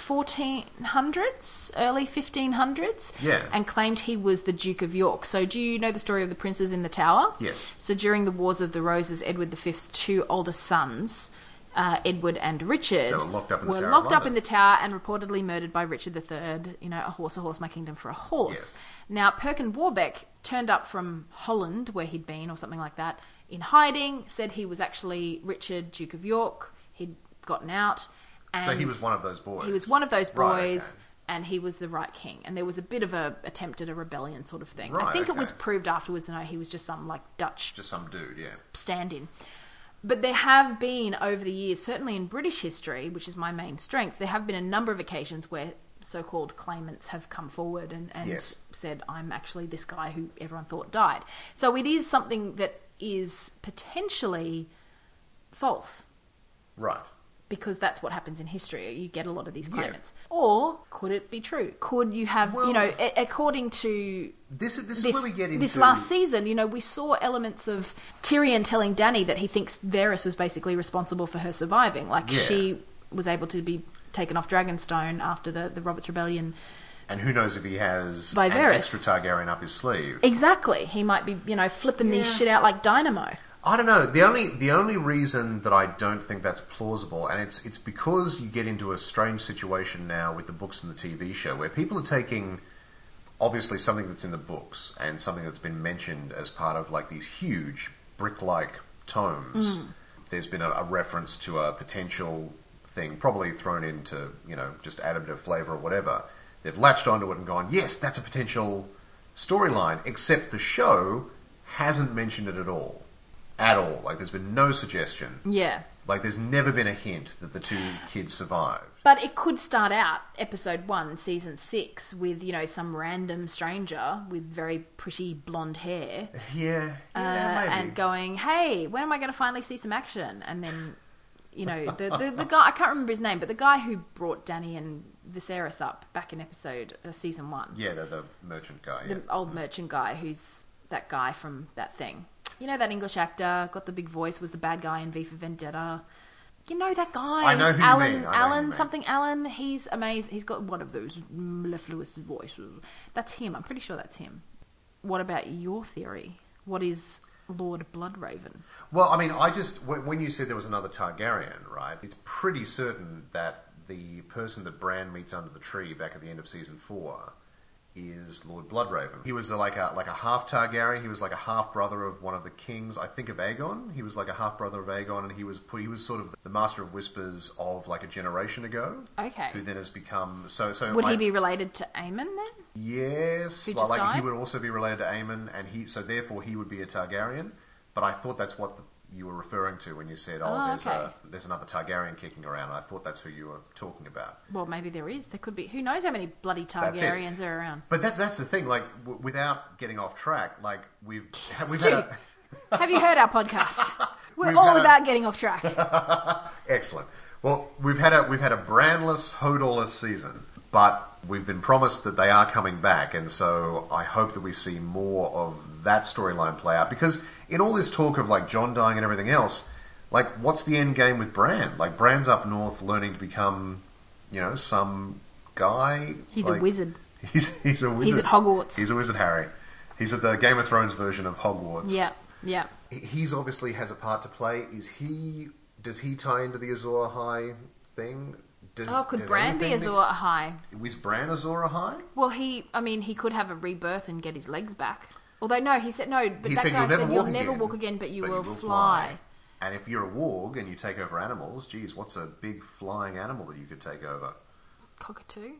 1400s, early 1500s, Yeah. and claimed he was the Duke of York. So, do you know the story of the princes in the tower? Yes. So during the Wars of the Roses, Edward V's two older sons, uh, Edward and Richard, They were locked up in the were Tower of locked up London. in the tower and reportedly murdered by Richard III. You know, a horse, a horse, my kingdom for a horse. Now Perkin Warbeck turned up from Holland, where he'd been, or something like that, in hiding. Said he was actually Richard, Duke of York. He'd gotten out. And So he was one of those boys. he was one of those boys, Right, okay. and he was the right king. And there was a bit of a attempt at a rebellion sort of thing. Right, I think it okay. was proved afterwards. No, he was just some like Dutch Just some dude, yeah. stand-in. But there have been over the years, certainly in British history, which is my main strength, there have been a number of occasions where so-called claimants have come forward and, and Yes. said, "I'm actually this guy who everyone thought died." So it is something that is potentially false Right. because that's what happens in history. You get a lot of these Yeah. claimants. Or could it be true? Could you have, Well- you know, a- according to This is this, this, is where we get into this last season, you know, we saw elements of Tyrion telling Danny that he thinks Varys was basically responsible for her surviving. Like Yeah. she was able to be taken off Dragonstone after the, the Robert's Rebellion. And who knows if he has By an Varys. extra Targaryen up his sleeve. Exactly. He might be, you know, flipping Yeah. these shit out like dynamo. I don't know. The only the only reason that I don't think that's plausible, and it's it's because you get into a strange situation now with the books and the TV show, where people are taking obviously something that's in the books and something that's been mentioned as part of like these huge brick-like tomes. There's been a, a reference to a potential thing, probably thrown in to you know just add a bit of flavor or whatever. They've latched onto it and gone, yes, that's a potential storyline. Except the show hasn't mentioned it at all at all. Like, there's been no suggestion. Yeah. Like, there's never been a hint that the two kids survived. But it could start out episode one, season six, with, you know, some random stranger with very pretty blonde hair. Yeah, yeah, uh, maybe. and going, "Hey, when am I going to finally see some action?" And then, you know, the, the the guy I can't remember his name, but the guy who brought Danny and Viserys up back in episode uh, season one, yeah, the, the merchant guy. Yeah. the old merchant guy who's that guy from that thing. You know that English actor got the big voice was the bad guy in V for Vendetta. You know that guy, I know who you Alan, mean, I know who you Alan mean. something Alan. He's amazing. He's got one of those mellifluous voices. That's him. I'm pretty sure that's him. What about your theory? What is Lord Bloodraven? Well, I mean, I just when, when you said there was another Targaryen, right? It's pretty certain that the person that Bran meets under the tree back at the end of season four is Lord Bloodraven. He was a, like a like a half Targaryen. He was like a half brother of one of the kings, I think of Aegon. He was like a half brother of Aegon, and he was pu- he was sort of the Master of Whispers of like a generation ago. Okay. Who then has become so so? Would he like- be related to Aemon then? Yes, Who like, just like, he died? would also be related to Aemon, and he so therefore he would be a Targaryen. But I thought that's what the, you were referring to when you said, "Oh, Oh, there's a okay. there's another Targaryen kicking around." And I thought that's who you were talking about. Well, maybe there is. There could be. Who knows how many bloody That's it. Targaryens are around? But that that's the thing. Like, w- without getting off track, like we've we've Stu, had a, have you heard our podcast? We're We've all had a- about getting off track. excellent. Well, we've had a we've had a brandless, hodorless season, but we've been promised that they are coming back, and so I hope that we see more of that storyline play out. Because in all this talk of like John dying and everything else, like what's the end game with Bran? Like Bran's up north, learning to become, you know, some guy. He's like- a wizard. He's he's a wizard. at Hogwarts. He's a wizard, Harry. He's at the Game of Thrones version of Hogwarts Yeah, yeah. he's obviously has a part to play. Is he? Does he tie into the Azor High thing? Does, Oh, could does Bran be anything- Azor High? Was Bran Azor High? Well, he. I mean, he could have a rebirth and get his legs back. Although no, he said no. But He that said, guy "You'll never said walk you'll never again, walk again, but you, but will, you will fly. fly." And if you're a warg and you take over animals, geez, what's a big flying animal that you could take over? Cockatoo.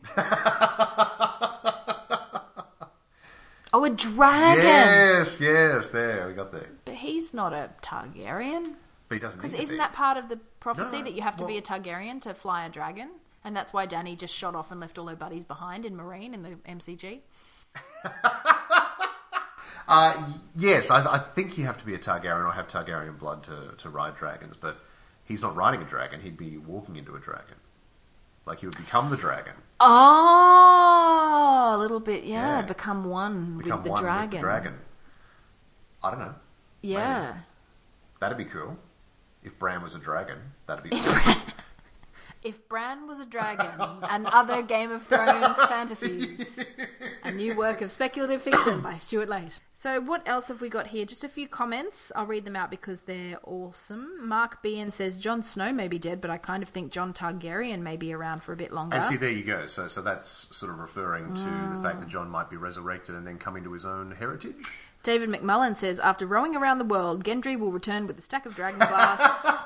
Oh, a dragon. Yes, yes, there, we got there. But he's not a Targaryen. But he doesn't need Because to isn't be. that part of the prophecy No, that you have to be well- a Targaryen to fly a dragon? And that's why Danny just shot off and left all her buddies behind in Marine in the MCG. Uh, y- yes, I, I think you have to be a Targaryen or have Targaryen blood to, to ride dragons, but he's not riding a dragon, he'd be walking into a dragon. Like he would become the dragon. Oh, a little bit, yeah. Yeah. Become one Become with the one dragon. with the dragon. I don't know. Yeah. That'd be cool. If Bran was a dragon, that'd be awesome. If Bran was a dragon and other Game of Thrones fantasies, a new work of speculative fiction by Stuart Late. So, what else have we got here? Just a few comments. I'll read them out because they're awesome. Mark Bean says Jon Snow may be dead, but I kind of think Jon Targaryen may be around for a bit longer. And see, there you go. So, so that's sort of referring to Mm. the fact that John might be resurrected and then coming to his own heritage. David McMullen says after rowing around the world, Gendry will return with a stack of dragon glass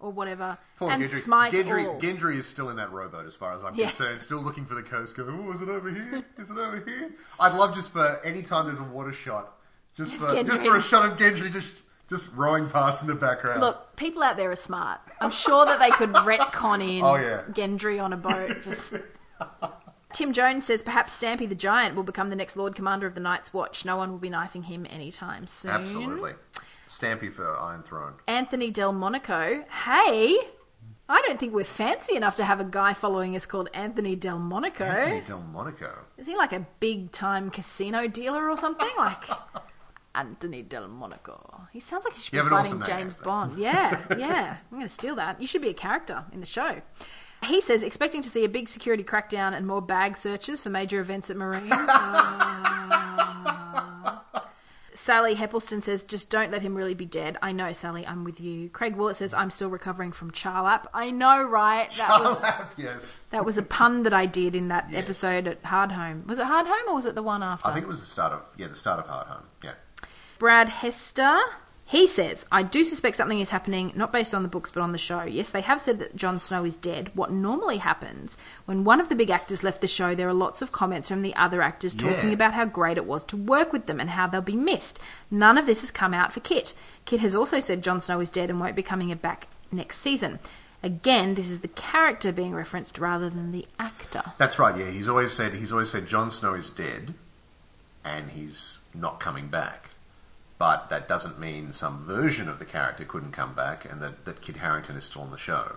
or whatever Poor and Gendry. smite Gendry, all. Gendry is still in that rowboat, as far as I'm Yeah. concerned. Still looking for the coast, going, "Oh, is it over here? Is it over here?" I'd love just for any time there's a water shot, just Just for just Gendry. for a shot of Gendry just just rowing past in the background. Look, people out there are smart. I'm sure that they could retcon in Oh, yeah. Gendry on a boat. Just Tim Jones says perhaps Stampy the Giant will become the next Lord Commander of the Night's Watch. No one will be knifing him anytime soon. absolutely, Stampy for Iron Throne. Anthony Delmonico. Hey, I don't think we're fancy enough to have a guy following us called Anthony Delmonico. Anthony Delmonico. Is he like a big time casino dealer or something? Like Anthony Delmonico. He sounds like he should You be have an awesome fighting name, James Anthony. Bond. Yeah, yeah. I'm going to steal that. You should be a character in the show. He says, expecting to see a big security crackdown and more bag searches for major events at Marine. Uh, Sally Heppelston says, just don't let him really be dead. I know, Sally, I'm with you. Craig Willett says, I'm still recovering from Charlap. I know, right? That was yes. that was a pun that I did in that Yes. episode at Hard Home. Was it Hard Home or was it the one after? I think it was the start of yeah, the start of Hard Home. Yeah. Brad Hester. He says, I do suspect something is happening, not based on the books but on the show. Yes, they have said that Jon Snow is dead. What normally happens when one of the big actors left the show, there are lots of comments from the other actors talking Yeah. about how great it was to work with them and how they'll be missed. None of this has come out for Kit. Kit has also said Jon Snow is dead and won't be coming back next season. Again, this is the character being referenced rather than the actor. That's right. Yeah, he's always said he's always said Jon Snow is dead, and he's not coming back. But that doesn't mean some version of the character couldn't come back, and that, that Kid Harrington is still on the show.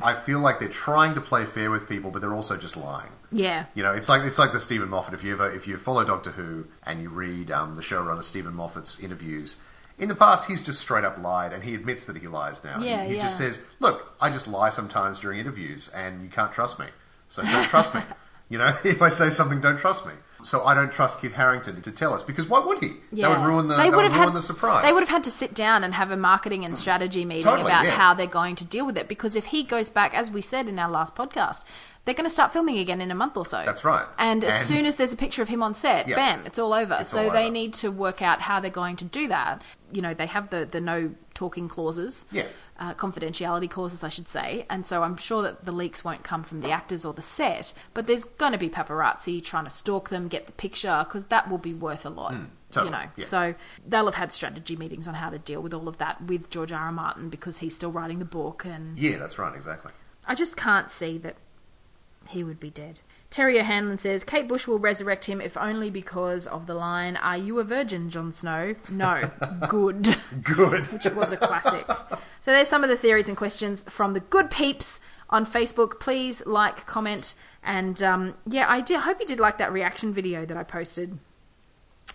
I feel like they're trying to play fair with people, but they're also just lying. Yeah. You know, it's like it's like the Stephen Moffat. If you ever if you follow Doctor Who and you read um, the showrunner Stephen Moffat's interviews, in the past he's just straight up lied, and he admits that he lies now. He- Yeah, he, just yeah. says, "Look, I just lie sometimes during interviews, and you can't trust me, so don't trust me." You know, if I say something, don't trust me. So I don't trust Kid Harrington to tell us because why would he? That would ruin the that would would've ruin had, the surprise. Mm. They would have had to sit down and have a marketing and strategy meeting Totally, about yeah. how they're going to deal with it. Because if he goes back, as we said in our last podcast, they're going to start filming again in a month or so. That's right. And as And- soon as therere's a picture of him on set, Yeah. bam, it's all over. so all they over. need to work out how they're going to do that. You know, they have the, the no talking clauses. Yeah. Uh, confidentiality clauses, I should say, and so I'm sure that the leaks won't come from the actors or the set, but there's going to be paparazzi trying to stalk them, get the picture, because that will be worth a lot Totally, you know. yeah. So they'll have had strategy meetings on how to deal with all of that with George R. R. Martin because he's still writing the book, and Yeah, that's right. Exactly. I just can't see that he would be dead. Terry O'Hanlon says Kate Bush will resurrect him if only because of the line, "Are you a virgin, Jon Snow?" No, good, Good. which was a classic. So there's some of the theories and questions from the good peeps on Facebook. Please like, comment, and um, yeah, I did, hope you did like that reaction video that I posted.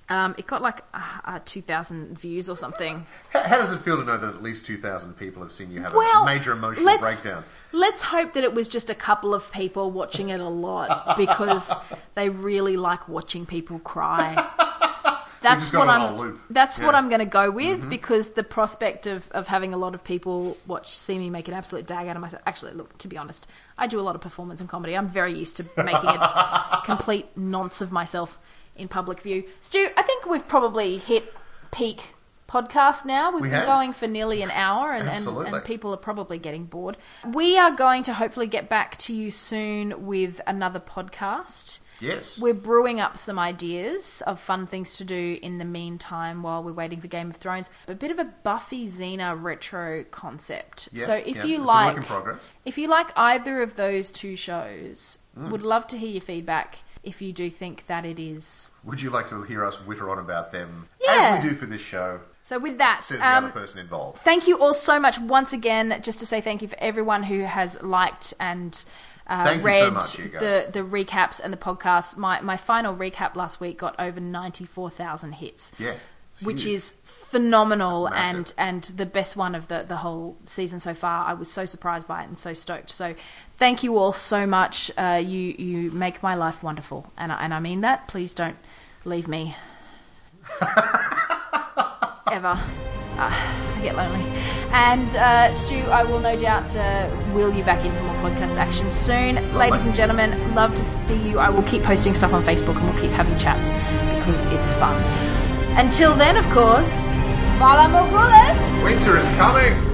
Um, it got like uh, uh, 2,000 views or something. How, how does it feel to know that at least two thousand people have seen you have Well, a major emotional let's, breakdown? Let's hope that it was just a couple of people watching it a lot because they really like watching people cry. That's just got what it on I'm. a loop. That's what Yeah. Mm-hmm. I'm going to go with because the prospect of, of having a lot of people watch see me make an absolute dag out of myself. Actually, look, to be honest, I do a lot of performance and comedy. I'm very used to making a complete nonce of myself in public view. Stu, I think we've probably hit peak podcast now. We've We been have. going for nearly an hour, and, and, Absolutely. and people are probably getting bored. We are going to hopefully get back to you soon with another podcast. Yes. We're brewing up some ideas of fun things to do in the meantime while we're waiting for Game of Thrones. A bit of a Buffy Xena retro concept. Yeah, so if yeah, you it's a work like in progress. if you like either of those two shows, Hmm. would love to hear your feedback if you do think that it is. Would you like to hear us whitter on about them Yeah. as we do for this show? So with that, Says the um, other person involved. thank you all so much once again. Just to say thank you for everyone who has liked and uh, Thank you so read much, you guys. the the recaps and the podcasts. My my final recap last week got over ninety four thousand hits, Yeah. it's which huge. is phenomenal That's massive. and and the best one of the the whole season so far. I was so surprised by it and so stoked. So thank you all so much. Uh, you you make my life wonderful, and I, and I mean that. Please don't leave me ever. Ah, I get lonely. And uh, Stu, I will no doubt uh, wheel you back in for more podcast action soon. Ladies and gentlemen, love to see you. I will keep posting stuff on Facebook and we'll keep having chats because it's fun. Until then, of course, Fala Mogulis! Winter is coming!